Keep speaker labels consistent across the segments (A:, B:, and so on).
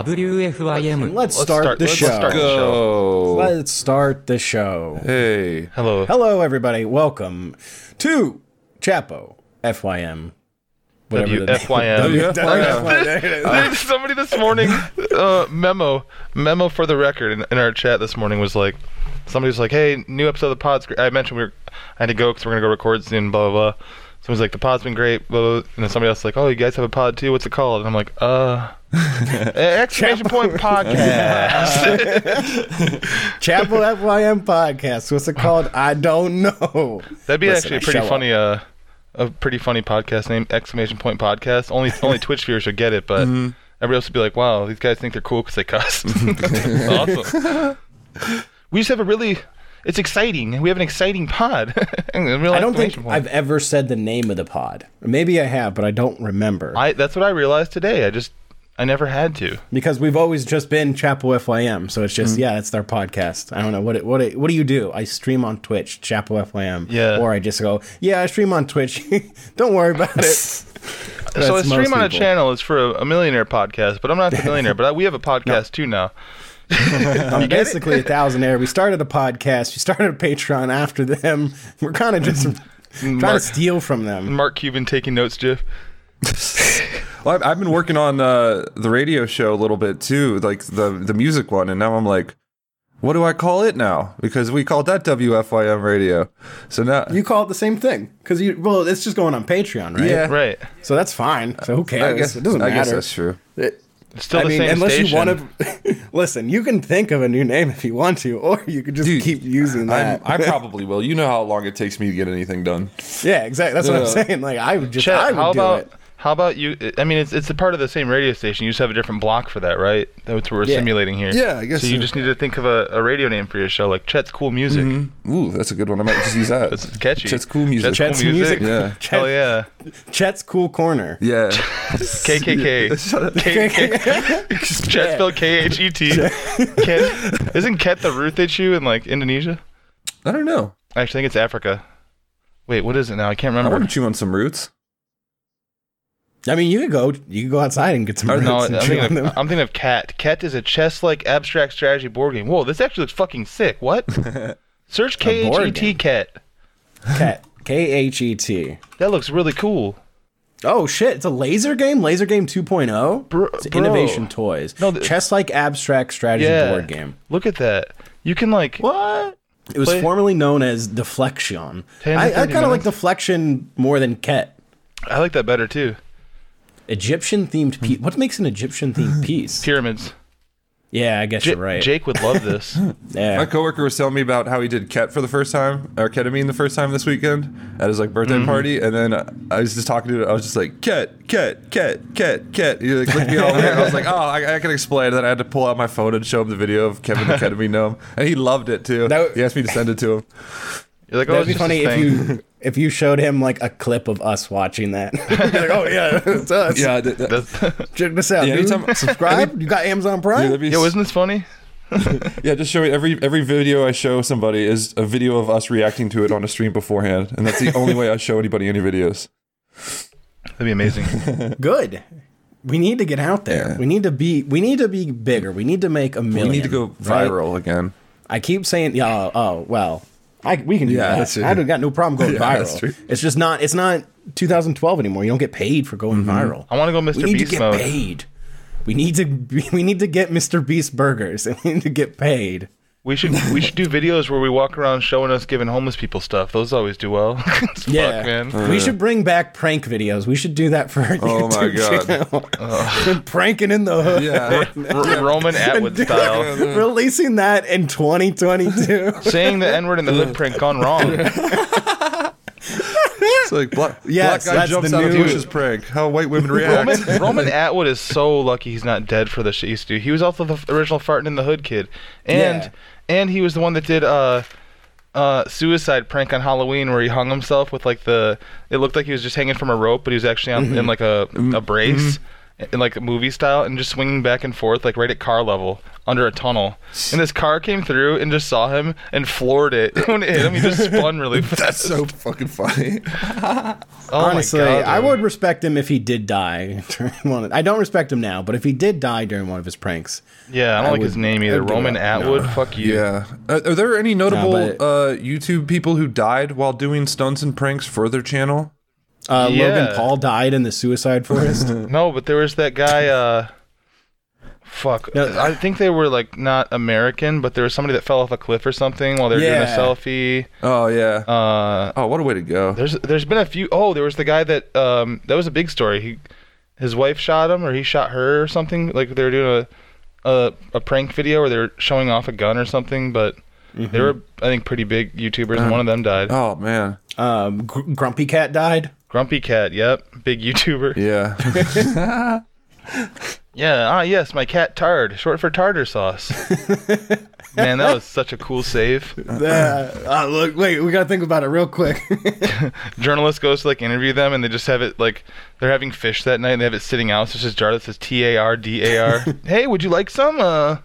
A: WFIM
B: Let's start
C: start-
B: the
C: let's
B: show.
C: start. Go.
B: Let's start the show.
C: Oh, Hey.
D: Hello.
B: Hello, everybody. Welcome to Chapo FYM. Whatever the-
D: WFYM.
B: WFYM.
D: There's Somebody this morning, uh, memo, memo for the record in, in our chat this morning was like, somebody was like, hey, new episode of the pod's great. I mentioned we were, I had to go because we're going to go record soon, blah, blah, blah. Someone's like, the pod's been great, blah, blah. blah. And then somebody else is like, oh, you guys have a pod too? What's it called? And I'm like, uh, exclamation point podcast.
B: Chapo FYM podcast. What's it called? I don't know.
D: That'd be
B: Listen,
D: actually
B: I
D: a pretty
B: show
D: funny, uh, a pretty funny podcast name, exclamation point podcast. Only only Twitch viewers would get it, but
B: Mm-hmm.
D: everybody else would be like, "Wow, these guys think they're cool because they cuss." awesome. We just have a really, it's exciting. We have an exciting pod.
B: I don't think I've ever said the name of the pod. Maybe I have, but I don't remember
D: I that's what I realized today. I just I never had to.
B: because we've always just been Chapo FYM. So it's
C: Mm.
B: just yeah, it's their podcast. I don't know what it, what it, what do you do? I stream on Twitch, Chapo FYM.
D: Yeah.
B: or I just go yeah, I stream on Twitch. don't worry about it.
D: so a
B: That's
D: stream
B: most
D: on a
B: people.
D: channel is for a, a millionaire podcast, but I'm not the millionaire. But I, we have a podcast too now.
B: I'm basically a thousandaire. We started a podcast. We started a Patreon after them. We're kind of
C: Mm.
B: just trying to
D: Mark-
B: steal from them.
D: Mark Cuban taking notes, Jeff.
C: Well, I've, I've been working on uh, the radio show a little bit too, like the the music one, and now I'm like, what do I call it now? Because we called that WFYM radio. So now,
B: You call it the same thing because you well, it's just going on Patreon, right?
C: yeah,
D: Right.
B: So that's fine. So who cares?
C: I guess
B: it doesn't
C: I
B: matter.
C: guess that's true.
B: It-
D: It's still
B: I
D: the
B: mean,
D: same
B: unless you
D: station.
B: want to listen, you can think of a new name if you want to, or you could just
C: Dude,
B: keep using
C: I'm,
B: that.
C: I probably will. You know how long it takes me to get anything done.
B: yeah, exactly. That's what
C: Yeah.
B: I'm saying. Like I would just,
D: Chet,
B: I would
D: how
B: do
D: about
B: it.
D: how about you? I mean, it's it's a part of the same radio station. You just have a different block for that, right? That's what we're simulating here.
C: Yeah, I guess
D: So you
C: so.
D: just need to think of a, a radio name for your show, like Chet's Cool Music.
C: Ooh, that's a good one. I might just use that.
D: That's catchy.
C: That's cool music.
B: Chet's
D: Cool
B: Music.
D: Music.
C: Yeah.
B: Chet-
D: Hell yeah.
B: Chet's cool corner.
C: yeah. Shut
D: KKK.
C: up.
D: K- K- Chet spelled K H E T. Ket- Isn't Ket the root issue in like Indonesia?
C: I don't know.
D: Actually, I think it's Africa. Wait, what is it now? I can't
C: I want
D: remember.
C: to chew on some roots.
B: I mean, you could go, you could go outside and get some
C: Or
B: roots
D: No,
B: and
D: I'm
B: chew on
D: thinking, of,
B: them.
D: I'm thinking of Cat. Cat is a chess-like abstract strategy board game. Whoa, this actually looks fucking sick. What? Search K H E
B: board
D: T
B: game.
D: Cat.
B: Ket. K H E T.
D: That looks really cool.
B: Oh shit! It's a laser game. Laser game 2.0.
D: Bro-
B: it's
D: bro.
B: Innovation Toys.
D: No,
B: No,
D: th-
B: Chess like abstract strategy
D: Yeah.
B: board game.
D: Look at that. You can like
B: What? It was
D: Play-
B: formerly known as Deflection.
D: 10 to
B: I, I
D: 30
B: kind of like
D: minutes.
B: Deflection more than Ket.
D: I like that better too.
B: Egyptian themed piece. What makes an Egyptian themed piece?
D: Pyramids.
B: Yeah, I guess
D: J-
B: you're right.
D: Jake would love this.
C: My
B: yeah.
C: coworker was telling me about how he did ket for the first time, or ketamine the first time this weekend at his like
B: Mm-hmm.
C: birthday party, and then uh, I was just talking to him. I was just like ket, ket, ket, ket, ket. He like looked me all weird. I was like, oh, I, I can explain. And then I had to pull out my phone and show him the video of Kevin the ketamine gnome, and he loved it too.
B: That w-
C: he asked me to send it to him.
D: You're like, oh,
B: That'd
D: it's
B: be
D: just a
B: funny if
D: thing.
B: you if you showed him like a clip of us watching that. He'd be like, oh yeah, it's us.
C: Yeah, th- th-
D: That's-
B: Check this out.
C: Yeah,
B: dude.
C: anytime-
B: Subscribe. you got Amazon Prime.
C: yeah, that'd be
D: Yo, isn't this funny?
C: Yeah, just show every every video I show somebody is a video of us reacting to it on a stream beforehand, and that's the only way I show anybody any videos.
D: That'd be amazing.
B: Good. We need to get out there. We need to be. We need to be bigger. We need to make a million.
C: We need to go
B: right?
C: viral again.
B: I keep saying, yeah, oh, oh, well, I, we can do
C: Yeah,
B: that.
C: that's true.
B: I don't got no problem going
C: Yeah, that's
B: viral.
C: true.
B: It's just not. It's not 2012 anymore. You don't get paid for going
C: Mm-hmm.
B: viral.
D: I wanna go Mr.
B: We need
D: Beast
B: to get
D: mode.
B: paid. We need to. We need to get Mr. Beast burgers, and we need to get paid.
D: We should we should do videos where we walk around showing us giving homeless people stuff. Those always do well. It's Fuck, man.
B: we should bring back prank videos. We should do that for our
C: Oh my God.
B: YouTube channel. Been pranking in the hood.
C: Yeah.
D: R- Roman Atwood style.
B: Releasing that in 2022.
D: Saying the N word in the hood prank gone wrong.
C: It's like black,
B: Yes,
C: black guy
B: that's
C: jumps
B: the
C: out of
B: new-
C: bushes prank. How white women react.
D: Roman, Roman Atwood is so lucky he's not dead for the shit he used to do. He was also the f- original farting in the hood kid, and
B: Yeah.
D: and he was the one that did uh, uh, suicide prank on Halloween where he hung
B: Mm-hmm.
D: himself with like the it looked like he was just hanging from a rope, but he was actually on, in like a a brace. in like movie style and just swinging back and forth like right at car level under a tunnel. And this car came through and just saw him and floored it. when it hit him, he just spun really fast.
C: That's so fucking funny.
D: Oh my
B: Honestly,
D: God,
B: I
D: dude.
B: would respect him if he did die during one. Of, I don't respect him now, but if he did die during one of his pranks,
D: Yeah, I don't
B: I
D: like his
B: would-
D: name
B: I'd
D: either.
B: give it
D: Roman
B: up.
D: Atwood. Fuck you.
C: Yeah. Uh, are there any notable
B: but-
C: uh, YouTube people who died while doing stunts and pranks for their channel?
B: uh, Logan
D: Yeah.
B: Paul died in the suicide forest.
D: No, but there was that guy. uh Fuck.
B: No.
D: I think they were like not American, but there was somebody that fell off a cliff or something while they were
B: Yeah.
D: doing a selfie.
C: Oh yeah.
D: Uh,
C: oh, what a way to go.
D: there's there's been a few. Oh, there was the guy that um that was a big story. He his wife shot him or he shot her or something. Like they were doing a a, a prank video where they were showing off a gun or something. But
B: Mm-hmm.
D: they were I think pretty big YouTubers
B: Uh-huh.
D: and one of them died.
C: Oh man.
B: um, Gr- Grumpy Cat died.
D: Grumpy Cat. Yep, big YouTuber.
C: Yeah.
D: Yeah, ah, yes, my cat Tard, short for tartar sauce. Man, that was such a cool save.
B: Uh, uh, look, wait, we gotta think about it real quick.
D: Journalist goes to like interview them, and they just have it like they're having fish that night, and they have it sitting out. So it's just jar that says T A R D A R. Hey, would you like some? Uh,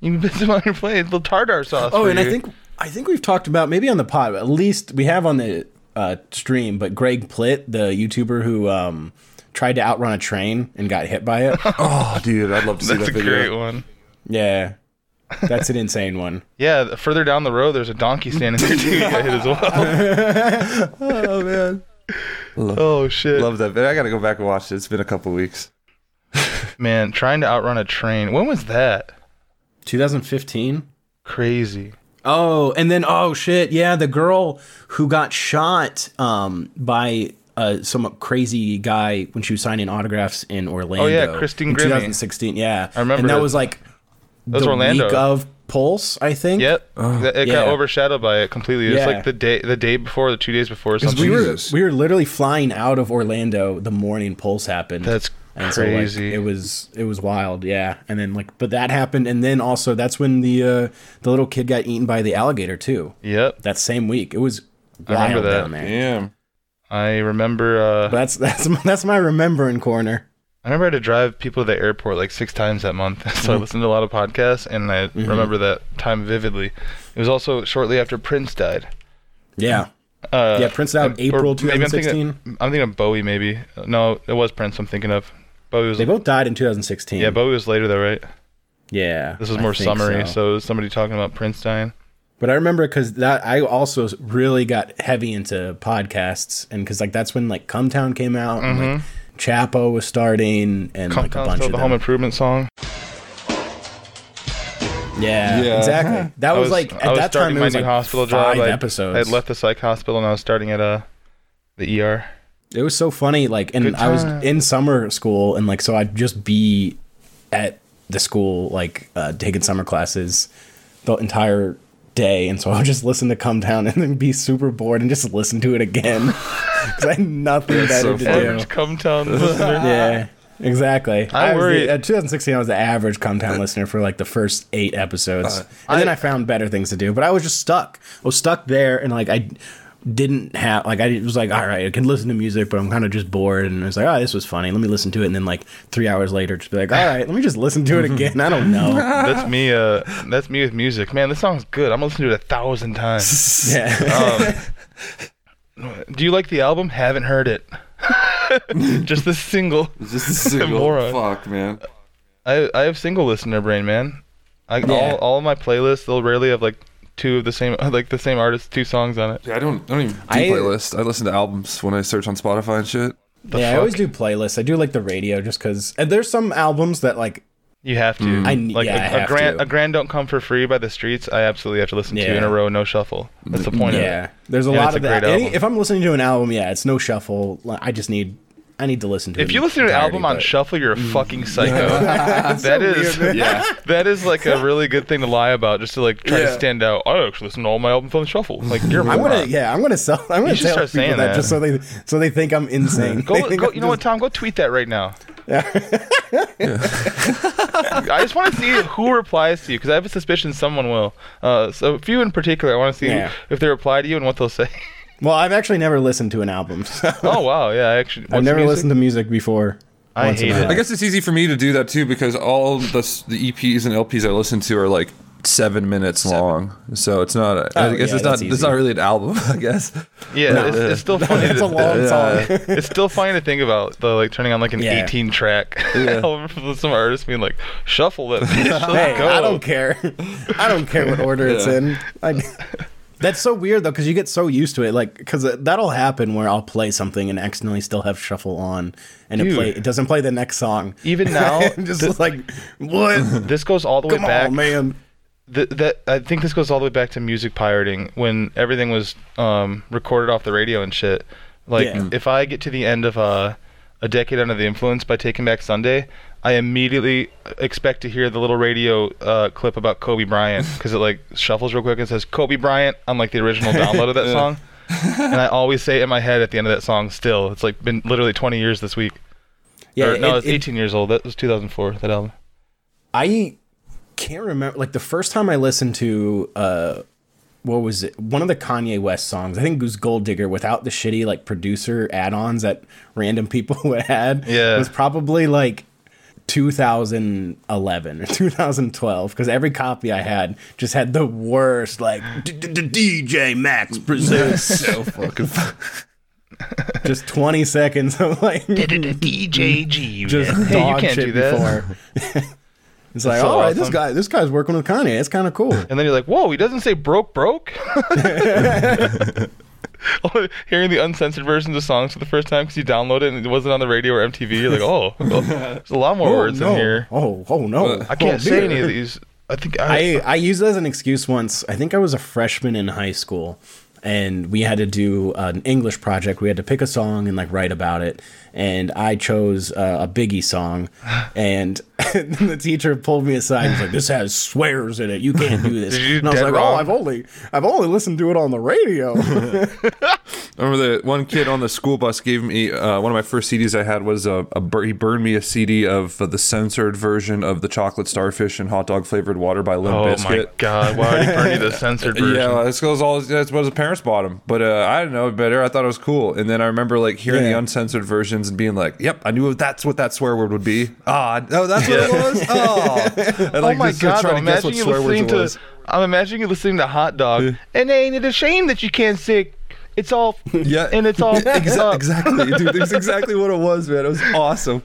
D: you can put some on your plate. Little tartar sauce.
B: oh,
D: for
B: and I
D: you."
B: think I think we've talked about maybe on the pod, but at least we have on the uh, stream. But Greg Plitt, the YouTuber who um, tried to outrun a train and got hit by it.
C: oh, dude, I'd love to see
D: that's
C: that
D: a
C: video.
D: great one.
B: yeah, that's an insane one.
D: Yeah, th- further down the road, there's a donkey standing there too. that got hit as well.
C: Oh man.
D: oh shit,
C: Love that video. I gotta go back and watch it. It's been a couple weeks.
D: man, trying to outrun a train. When was that?
B: 2015.
D: Crazy.
B: Oh, and then oh shit, yeah, the girl who got shot um by uh some crazy guy when she was signing autographs in Orlando.
D: Oh, Kristen
B: in
D: Grimmie.
B: 2016. Yeah, I
D: remember
B: And that
D: it.
B: was like
D: was
B: the
D: Orlando.
B: week of Pulse, I think.
D: Yep, Th- it got
B: Uh, yeah.
D: overshadowed by it completely. It was
B: Yeah.
D: like the day, the day before, the two days before, or something.
B: We were
C: Jesus.
B: we were literally flying out of Orlando the morning Pulse happened.
D: That's
B: like,
D: crazy.
B: it was it was wild, yeah. And then like, but that happened, and then also that's when the uh, the little kid got eaten by the alligator too.
D: Yep,
B: That same week, it was wild
D: remember that.
B: down there.
C: Damn.
D: I remember. Uh,
B: That's that's that's my remembering corner.
D: I remember I had to drive people to the airport like six times that month, so
B: Mm-hmm.
D: I listened to a lot of podcasts, and I remember that time vividly. It was also shortly after Prince died.
B: Yeah.
D: Uh,
B: Yeah, Prince died
D: or
B: April
D: maybe I'm thinking-
B: 2016.
D: I'm thinking of Bowie, maybe. No, it was Prince. I'm thinking of Bowie was.
B: They both died in 2016.
D: yeah, Bowie was later though, right?
B: yeah.
D: This is
B: I
D: more
B: think
D: summary. So. it was somebody talking about Prince dying.
B: But I remember because that I also really got heavy into podcasts, and because like that's when like Cumtown came out, and like Chapo was starting, and
D: Mm-hmm. Come
B: like a
D: down,
B: bunch
D: still
B: of
D: the Home
B: them.
D: Improvement song.
B: Yeah,
C: Yeah.
B: exactly. That was, like at
D: I was
B: that time
D: starting
B: it
D: my
B: was
D: new
B: like
D: hospital
B: five
D: job. I-
B: episodes.
D: I had left the psych hospital and I was starting at uh, the ER.
B: It was so funny, like, and
D: Good
B: I was
D: times.
B: in summer school, and like, so I'd just be at the school, like, uh, taking summer classes the entire day, and so I would just listen to "Come Down" and then be super bored and just listen to it again because I had nothing better
C: so
B: to
C: funny.
B: do.
D: Average come town listener.
B: Yeah, exactly.
D: I
B: was
D: worry-
B: The, uh, at 2016, I was the average "Come Down" listener for like the first eight
D: Uh,
B: episodes, and then I found better things to do. But I was just stuck. I was stuck there, and like I didn't have like I was like, all right, I can listen to music, but I'm kind of just bored. And I was like, oh, this was funny. Let me listen to it, and then like three hours later, just be like, all right, let me just listen to it again. I don't know.
D: That's me. Uh, that's me with music. Man, this song's good. I'm gonna listen to it a thousand times.
B: yeah,
D: Oh, Do you like the album? Haven't heard it. Just the single.
C: Just a single
D: Moron.
C: fuck, man.
D: I I have single listener brain, man. I, all all of my playlists, they'll rarely have like two of the same like the same artist, two songs on it.
C: Yeah, I don't I don't even do
B: I-
C: playlists. I listen to albums when I search on Spotify and shit.
B: yeah. I always do playlists. I do like the radio just because there's some albums that like
D: You have to.
B: Mm. I n-
D: like
B: yeah,
D: a,
B: I
D: a
B: have
D: grand
B: to.
D: a grand don't come for free by the streets. I absolutely have to listen to in
B: Yeah. Mm,
D: a row, no shuffle. That's the point of
B: Yeah,
D: it.
B: there's a
D: And
B: lot
D: it's
B: of
D: a
B: that.
D: great
B: Any-
D: album.
B: if I'm listening to an album, yeah, it's no shuffle. Like, I just need, I need to listen to. it
D: If you
B: in
D: listen to an
B: entirety,
D: album on
B: but- Mm.
D: shuffle, you're a fucking psycho. that is, yeah, that is like a really good thing to lie about, just to like try to
C: Yeah.
D: stand out. I actually listen to all my albums on shuffle. Like you're, a
B: I'm gonna,
D: moron.
B: yeah, I'm gonna sell. I'm gonna
D: uh, should
B: tell people
D: start saying
B: that,
D: that.
B: just so they, so they think I'm insane. They
D: Go,
B: think
D: go,
B: I'm
D: you know what, Tom? Go tweet that right now. I just want to see who replies to you because I have a suspicion someone will. Uh, so a few in particular, I want to see
B: Yeah.
D: if they reply to you and what they'll say.
B: just- well, I've actually never listened to an album. so-
D: oh wow, yeah, I actually.
B: I've never listened to music before.
D: I
B: Once in
D: hate
B: a
D: it.
B: while.
C: I guess it's easy for me to do that too because all the s- the EPs and LPs I listen to are like seven minutes long, so it's not. A, I
B: Oh,
C: guess
B: yeah,
C: it's not.
B: that's
C: It's
B: easy.
C: not really an album. I guess.
D: Yeah, it's, it's still funny.
B: It's a
D: to-
B: long
C: Yeah.
B: song.
D: it's still funny to think about though, like turning on like an
B: Yeah.
D: 18 track album from some artist being like, shuffle that bitch, let's
B: hey,
D: go.
B: I don't care. I don't care what order it's
C: Yeah.
B: in. I, that's so weird though, because you get so used to it. Like, because that'll happen where I'll play something and accidentally still have shuffle on, and it
D: Dude.
B: play it doesn't play the next song.
D: Even now,
B: I'm just like what?
D: this goes all the way
B: Come
D: back.
B: on, man.
D: Th- that I think this goes all the way back to music pirating when everything was um, recorded off the radio and shit. Like
B: Yeah. Mm.
D: if I get to the end of uh, a decade under the influence by Taking Back Sunday, I immediately expect to hear the little radio uh, clip about Kobe Bryant because it like shuffles real quick and says Kobe Bryant on like the original download of that song. and I always say it in my head at the end of that song. Still, it's like been literally 20 years this week.
B: Yeah,
D: or, no,
B: it-
D: it's
B: it-
D: 18 years old. That was 2004. That album.
B: I can't remember. Like the first time I listened to uh, what was it? One of the Kanye West songs. I think it was Gold Digger without the shitty like producer add-ons that random people would add.
D: Yeah.
B: it was probably like 2011 or 2012 because every copy I had just had the worst like d- d- d- DJ Max presents
C: so fucking. fu-
B: just 20 seconds of like
D: DJG.
B: just
D: hey, you
B: dog
D: can't
B: shit
D: do that.
B: before. It's like,
D: so
B: all right, this
D: awesome.
B: guy, this guy's working with Kanye. It's kind of cool.
D: And then you're like, whoa, he doesn't say broke, broke. Hearing the uncensored versions of songs for the first time because you download it and it wasn't on the radio or MTV, you're like, oh, well, there's a lot more words
B: no.
D: in here.
B: Oh, oh no.
D: I can't
B: Oh,
D: say
B: dear.
D: any of these. I think I,
B: I, I used it as an excuse once. I think I was a freshman in high school and we had to do an English project. We had to pick a song and like write about it. And I chose uh, a Biggie song. And the teacher pulled me aside. He's like, this has swears in it. You can't do this.
D: Did you
B: and
D: do
B: I was
D: dead
B: like, oh,
D: wrong?
B: I've only, I've only listened to it on the radio.
C: Remember the one kid on the school bus gave me uh, one of my first CDs I had was a, a bur- he burned me a CD of uh, the censored version of the Chocolate Starfish and Hot Dog Flavored Water by Limp
D: oh my
C: Bizkit.
D: god, why would he burn you the censored version?
C: Yeah, this goes all that's what his parents bought him. But uh, I didn't know better. I thought it was cool. And then I remember like hearing
B: Yeah.
C: the uncensored versions and being like, "Yep, I knew that's what that swear word would be." Ah, no, that's what it
D: Yeah.
C: was. Oh, and,
D: Oh my
C: just, uh,
D: god!
C: trying
D: I'm
C: to guess what
D: imagining you
C: swear
D: listening
C: words it
D: to.
C: was.
D: I'm imagining you listening to Hot Dog, and ain't it a shame that you can't say it's all?
C: Yeah.
D: and it's all.
C: Exa-
D: up.
C: exactly, dude. That's exactly what it was, man. It was awesome.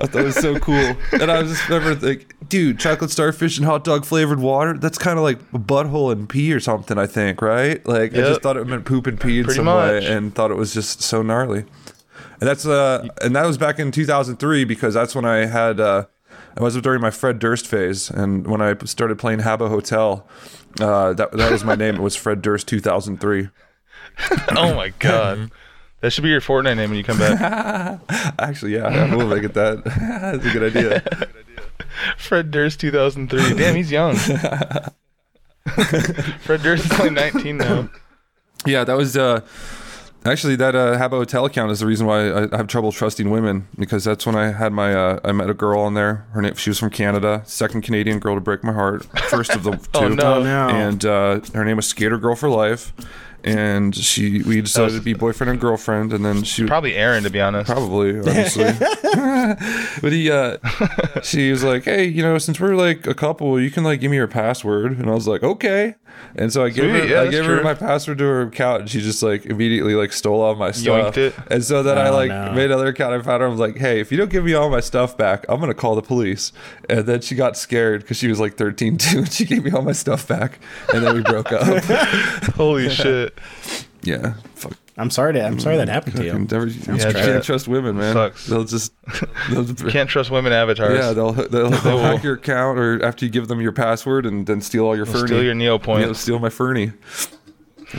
C: I thought it was so cool. And I was just remember like, dude, chocolate starfish and hot dog flavored water, that's kind of like a butthole and pee or something, I think, right? Like, I just
D: Yep.
C: thought it meant poop and pee in
D: Pretty
C: some
D: much.
C: way and thought it was just so gnarly. And that's, uh, and that was back in 2003 because that's when I had, uh, I was during my Fred Durst phase, and when I started playing Habba Hotel, uh, that that was my name. It was Fred Durst 2003.
D: Oh my god. That should be your Fortnite name when you come back.
C: Actually, yeah, I will make it that. That's a good idea.
D: Fred Durst 2003. Damn, he's young. Fred Durst is only 19 now.
C: Yeah, that was uh, actually that uh, Habbo Hotel account is the reason why I, I have trouble trusting women because that's when I had my uh, I met a girl on there. Her name she was from Canada, second Canadian girl to break my heart, first of the two.
D: Oh, no. Oh,
B: no.
C: And uh, her name was Skater Girl for Life, and she we decided to be boyfriend and girlfriend, and then she
D: Probably Aaron, to be honest.
C: Probably, obviously. but he, uh, she was like, "Hey, you know, since we're like a couple, you can like give me your password." And I was like, "Okay." And so I gave her,
D: Sweet, yeah,
C: I
D: that's
C: gave her
D: true.
C: my password to her account, and she just like immediately like stole all my stuff.
D: Yoinked it.
C: And so then I
B: Oh,
C: like
B: no.
C: made another account. I found her. I was like, "Hey, if you don't give me all my stuff back, I'm gonna call the police." And then she got scared because she was like 13 too, and she gave me all my stuff back, and then we broke up.
D: Holy shit.
C: Yeah, fuck.
B: I'm sorry to, I'm sorry that happened to you.
C: Never, you just
D: tragic.
C: can't trust women, man.
D: Sucks.
C: They'll just they'll,
D: Can't trust women avatars.
C: Yeah, they'll they'll, they'll
D: will.
C: hack your account or after you give them your password and then steal all your Fernie.
D: Steal your Neo
C: Yeah,
D: points.
C: they'll steal my Fernie.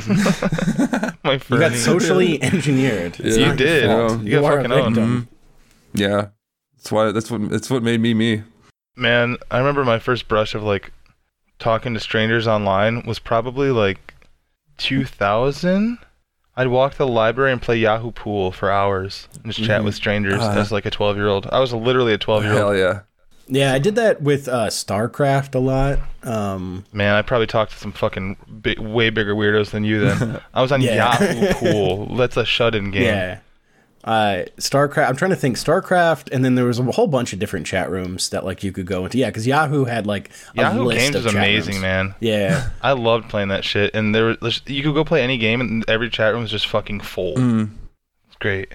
D: My
B: You got
D: Fernie.
B: socially engineered. It's
C: Yeah.
B: not
D: you
B: your
D: did.
B: fault.
C: fault.
D: You got fucking owned.
C: Yeah, that's why that's what that's what made me me.
D: Man, I remember my first brush of like talking to strangers online was probably like 2000. I'd walk to the library and play Yahoo Pool for hours and just chat with strangers
C: Uh,
D: as like a 12 year old. I was literally a 12 year old.
C: Hell yeah.
B: Mm-hmm. Yeah, I did that with uh, StarCraft a lot. Um,
D: Man, I probably talked to some fucking bi- way bigger weirdos than you then. I was on
B: Yeah.
D: Yahoo Pool. That's a shut in game.
B: yeah. uh, StarCraft. I'm trying to think StarCraft, and then there was a whole bunch of different chat rooms that like you could go into. Yeah, because Yahoo had like a
D: Yahoo
B: list
D: Games
B: of
D: was
B: chat
D: amazing,
B: rooms.
D: man.
B: Yeah,
D: I loved playing that shit, and there was you could go play any game, and every chat room was just fucking full.
C: Mm-hmm.
D: It's great.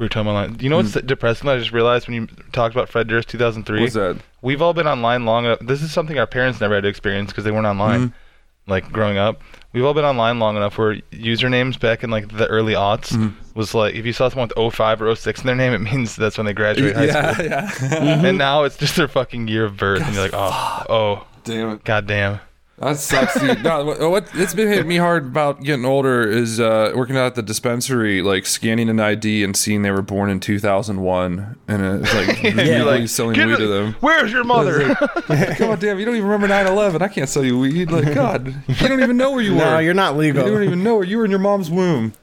D: Grootome online. You know what's depressing? that I just realized when you talked about Fred Durst 2003.
C: What's that?
D: We've all been online long enough. This is something our parents never had to experience because they weren't online,
C: Mm-hmm.
D: like growing up. We've all been online long enough where usernames back in like the early aughts
C: Mm-hmm.
D: was like if you saw someone with 05 or 06 in their name, it means that's when they graduated high school.
C: Yeah, Mm-hmm. yeah.
D: And now it's just their fucking year of birth, and you're like, oh, oh,
C: Damn it.
D: goddamn.
C: That sucks, dude. No, what, what it's been hitting me hard about getting older is uh, working out at the dispensary, like scanning an ID and seeing they were born in 2001, and it's like
D: You're
C: really
D: like,
C: selling
D: "Get
C: weed to
D: it-
C: them.
D: Where's your mother?
C: God damn, you don't even remember 9/11. I can't sell you weed. Like God, you don't even know where you
B: no,
C: were.
B: you're not
C: You don't
B: legal.
C: even know where you were in your mom's womb.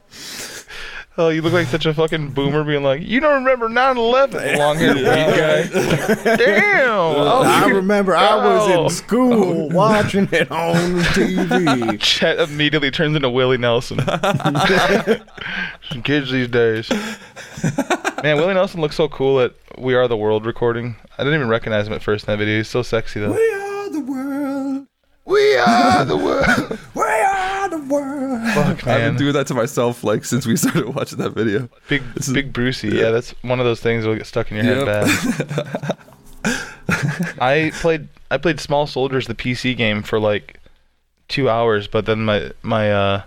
D: oh, you look like such a fucking boomer being like, you don't remember 9 11, long haired weed guy. Damn.
B: I
D: Oh,
B: remember I was
D: Oh.
B: in school watching it on TV.
D: Chet immediately turns into Willie Nelson. Some kids these days. Man, Willie Nelson looks so cool at We Are the World recording. I didn't even recognize him at first in that video. He's so sexy, though.
C: We are the world.
D: We are the world.
C: We are the world.
D: Fuck,
C: I've been
D: man.
C: doing that to myself like since we started watching that video.
D: Big, big Brucey. Yeah, that's one of those things that'll get stuck in your head bad. I played I played Small Soldiers, the PC game, for like two hours, but then my my uh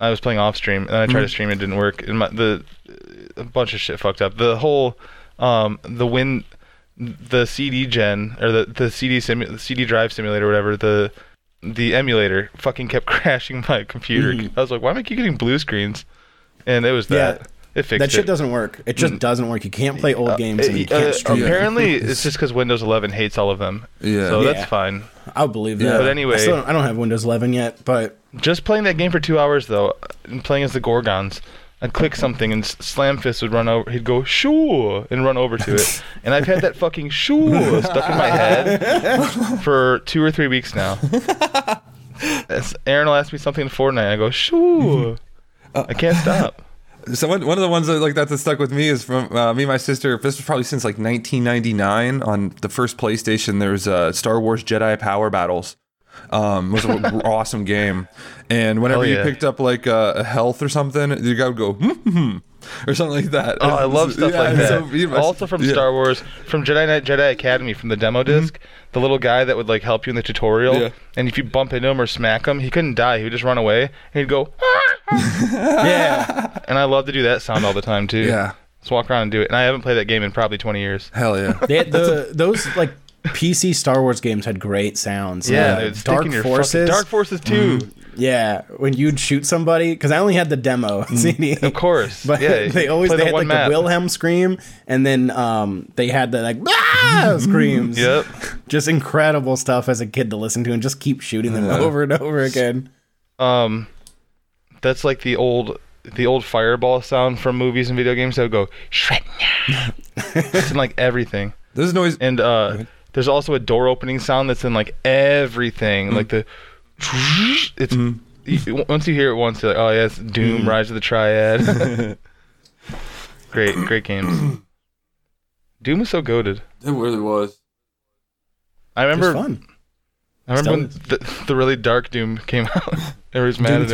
D: I was playing off stream and I tried to stream it didn't work and my the a bunch of shit fucked up. The whole um the win the CD gen or the the CD simu- the CD drive simulator whatever the the emulator fucking kept crashing my computer. I was like, why am I keep getting blue screens? And it was
B: Yeah.
D: that. It fixed
B: That shit
D: it.
B: doesn't work. It just doesn't work. You can't play old games and you
D: Mm. Uh,
B: can't stream.
D: apparently, it's just because Windows 11 hates all of them.
C: Yeah.
D: So
B: Yeah.
D: that's fine.
B: I'll believe that.
D: uh, But anyway-
B: I, still don't, I don't have Windows 11 yet, but
D: Just playing that game for two hours though, and playing as the Gorgons, I'd click something and S- Slam Fist would run over. He'd go sure and run over to it, and I've had that fucking sure stuck in my head for two or three weeks now. That's- Aaron will ask me something in Fortnite. I go sure.
B: Mm-hmm.
D: I can't stop.
C: So one, one of the ones that like that that stuck with me is from uh, me and my sister. This was probably since like 1999 on the first PlayStation. There was uh, Star Wars Jedi Power Battles. Um, was an awesome game, and whenever
D: Hell
C: you
D: yeah.
C: picked up like uh, a, a health or something, the guy would go "Hmm, hmm," or something like that.
D: Oh, I love stuff
C: Yeah,
D: like
C: and
D: that.
C: so me and my
D: also
C: sister-
D: from
C: yeah.
D: Star Wars, from Jedi Knight Jedi Academy, from the demo
B: Mm-hmm.
D: disk the little guy that would like help you in the tutorial,
C: Yeah.
D: and if you bump into him or smack him, he couldn't die. He would just run away, and he'd go. "Ah!"
B: yeah,
D: And I love to do that sound all the time too.
C: Yeah.
D: Just walk around and do it. And I haven't played that game in probably 20 years.
C: Hell yeah.
B: they had the, those like PC Star Wars games had great sounds. Uh,
D: dude, stick
B: Dark
D: in your fucking-
B: Forces. Mm-hmm.
D: Dark Forces 2.
B: Yeah, when you'd shoot somebody, because I only had the demo CD.
D: Mm, Of course.
B: But
D: yeah.
B: they always
D: play
B: they
D: that
B: had
D: one
B: like
D: map.
B: the Wilhelm scream, and then um, they had the like "Ah!" screams.
D: Yep.
B: just incredible stuff as a kid to listen to, and just keep shooting them over and over again.
D: Um, that's like the old the old fireball sound from movies and video games that would go Shrednya. it's in like everything.
C: There's noise.
D: And uh, there's also a door opening sound that's in like everything,
B: Mm.
D: like the. It's you- w- once you hear it once, you're like, oh yes,
B: Mm.
D: Doom, Rise of the Triad. great, great games. Doom was so goaded.
C: It really was.
D: I
B: It was
D: remember.
B: fun.
D: I remember when
B: Still
D: the, the really dark Doom came out. Everybody's mad
B: Doom
D: at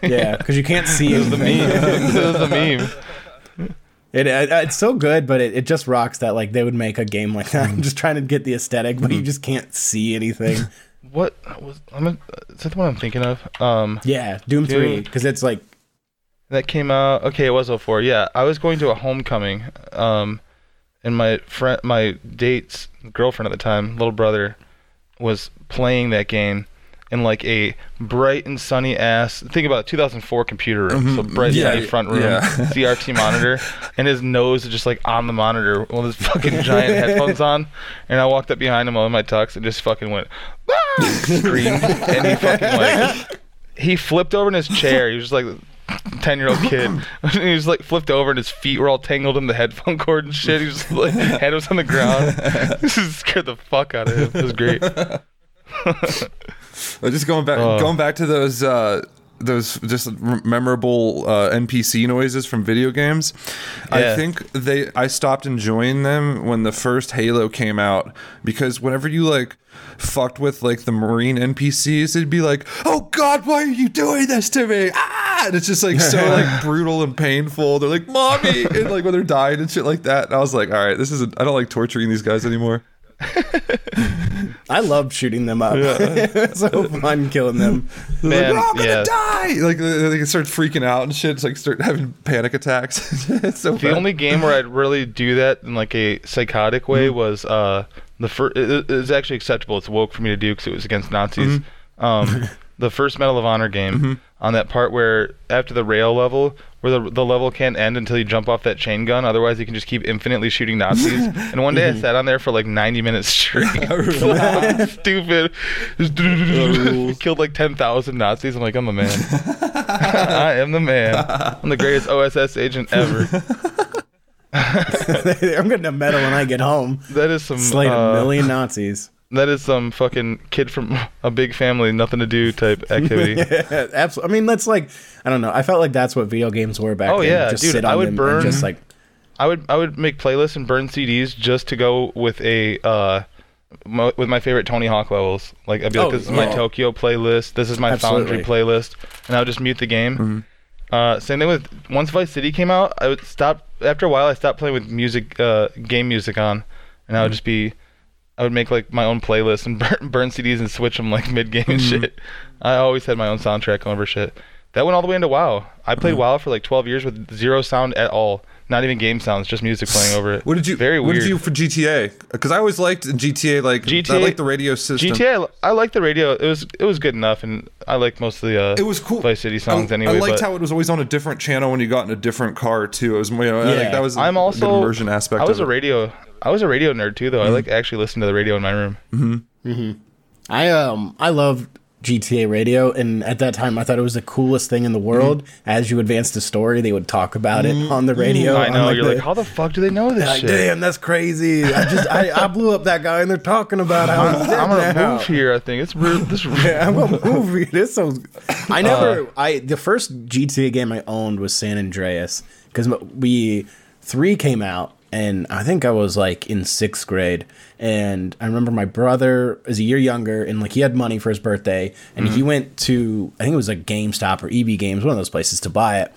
B: three.
D: it.
B: Yeah, because you can't see
D: It was the
B: anything.
D: meme. it was the meme.
B: It, it- uh, it's so good, but it, it just rocks that like they would make a game like that.
D: Mm.
B: I'm just trying to get the aesthetic, but you just can't see anything.
D: What was? I'm. gonna- Is that the one I'm thinking of? Um,
B: Yeah, Doom,
D: Doom.
B: Three, because it's like
D: That came out. Okay, it was 04. Yeah, I was going to a homecoming, um, and my friend, my date's girlfriend at the time, little brother, was playing that game in like a bright and sunny ass. Think about it, 2004 computer room, so bright
C: Mm-hmm. Yeah,
D: sunny front room,
C: yeah.
D: CRT monitor, and his nose is just like on the monitor with his fucking giant headphones on. And I walked up behind him all in my tux and just fucking went, "Ah!" screamed, and he fucking like he flipped over in his chair. He was just like a ten year old kid. he was like flipped over and his feet were all tangled in the headphone cord and shit. He was just, like head was on the ground. This is scared the fuck out of him. It was great.
C: Uh, Just going back,
D: Oh.
C: going back to those uh, those just memorable uh, NPC noises from video games. I
D: Yeah.
C: think they I stopped enjoying them when the first Halo came out because whenever you like fucked with like the marine NPCs, it'd be like, "Oh God, why are you doing this to me?" Ah, and it's just like so like brutal and painful. They're like, "Mommy," and like when they're dying and shit like that. And I was like, "All right, this is I don't like torturing these guys anymore."
B: I love shooting them up. it's so fun killing them.
C: They're
D: Man,
C: like, "Oh, I'm gonna
D: yeah.
C: die! Like they, they start freaking out and shit. It's like start having panic attacks. it's so
D: The
C: bad.
D: only game where I'd really do that in like a psychotic way was uh, the first. It, it was actually acceptable. It's woke for me to do because it was against Nazis. Um, the first Medal of Honor game on that part where after the rail level, where the the level can't end until you jump off that chain gun. Otherwise, you can just keep infinitely shooting Nazis. and one day I sat on there for like 90 minutes straight. Stupid. Just killed like 10,000 Nazis. I'm like, I'm a man. I am the man. I'm the greatest OSS agent ever.
B: I'm getting a medal when I get home.
D: That is some
B: Slayed
D: uh,
B: a million Nazis.
D: That is some fucking kid from a big family, nothing to do type activity.
B: Absolutely. I mean, that's like I don't know. I felt like that's what video games were back
D: Oh,
B: then.
D: yeah,
B: just
D: dude,
B: sit
D: I
B: on
D: would
B: them and
D: burn-
B: just like
D: I would I would make playlists and burn CDs just to go with a uh, mo- with my favorite Tony Hawk levels. Like I'd be
B: Oh,
D: like, this is my
B: yeah.
D: Tokyo playlist, this is my
B: Absolutely. Mm-hmm.
D: Foundry playlist, and I would just mute the game. Uh, same thing with once Vice City came out, I would stop after a while. I stopped playing with music, uh, game music on, and
B: Mm-hmm.
D: I would just be. I would make like my own playlist and burn, burn CDs and switch them like mid game and
C: Hmm.
D: shit. I always had my own soundtrack over shit. That went all the way into WoW. I played
C: Hmm.
D: WoW for like 12 years with zero sound at all. Not even game sounds, just music playing over it.
C: What did you?
D: Very
C: what
D: weird.
C: did you do for GTA? Because I always liked GTA. Like I
D: GTA
C: like the radio system.
D: GTA, I like the radio. It was it was good enough, and I like most of the uh,
C: It was cool.
D: Vice City songs
C: I,
D: anyway.
C: I liked
D: but-
C: how it was always on a different channel when you got in a different car too. It was, you know, I
B: Yeah.
C: think that was.
D: I'm
C: a
D: also
C: good immersion aspect.
D: I was a
C: of it. Hmm.
D: radio. I was a radio nerd too, though. I like actually listened to the radio in my room.
B: I um I love GTA radio and at that time I thought it was the coolest thing in
D: Mm-hmm.
B: the world. As you advanced the story, they would talk about it on the radio.
D: I
B: on,
D: know. you're
B: the-
D: like, how the fuck do they know this
B: like,
D: shit?
B: damn, that's crazy. I just I, I blew up that guy and they're talking about how he's dead
D: I'm gonna
B: now.
D: move here. I think it's real. This yeah,
B: I'm a movie. This Uh, so. I never. I the first GTA game I owned was San Andreas because we three came out, and I think I was like in sixth grade, and I remember my brother is a year younger, and like he had money for his birthday, and he went to I think it was like GameStop or EB Games, one of those places to buy it.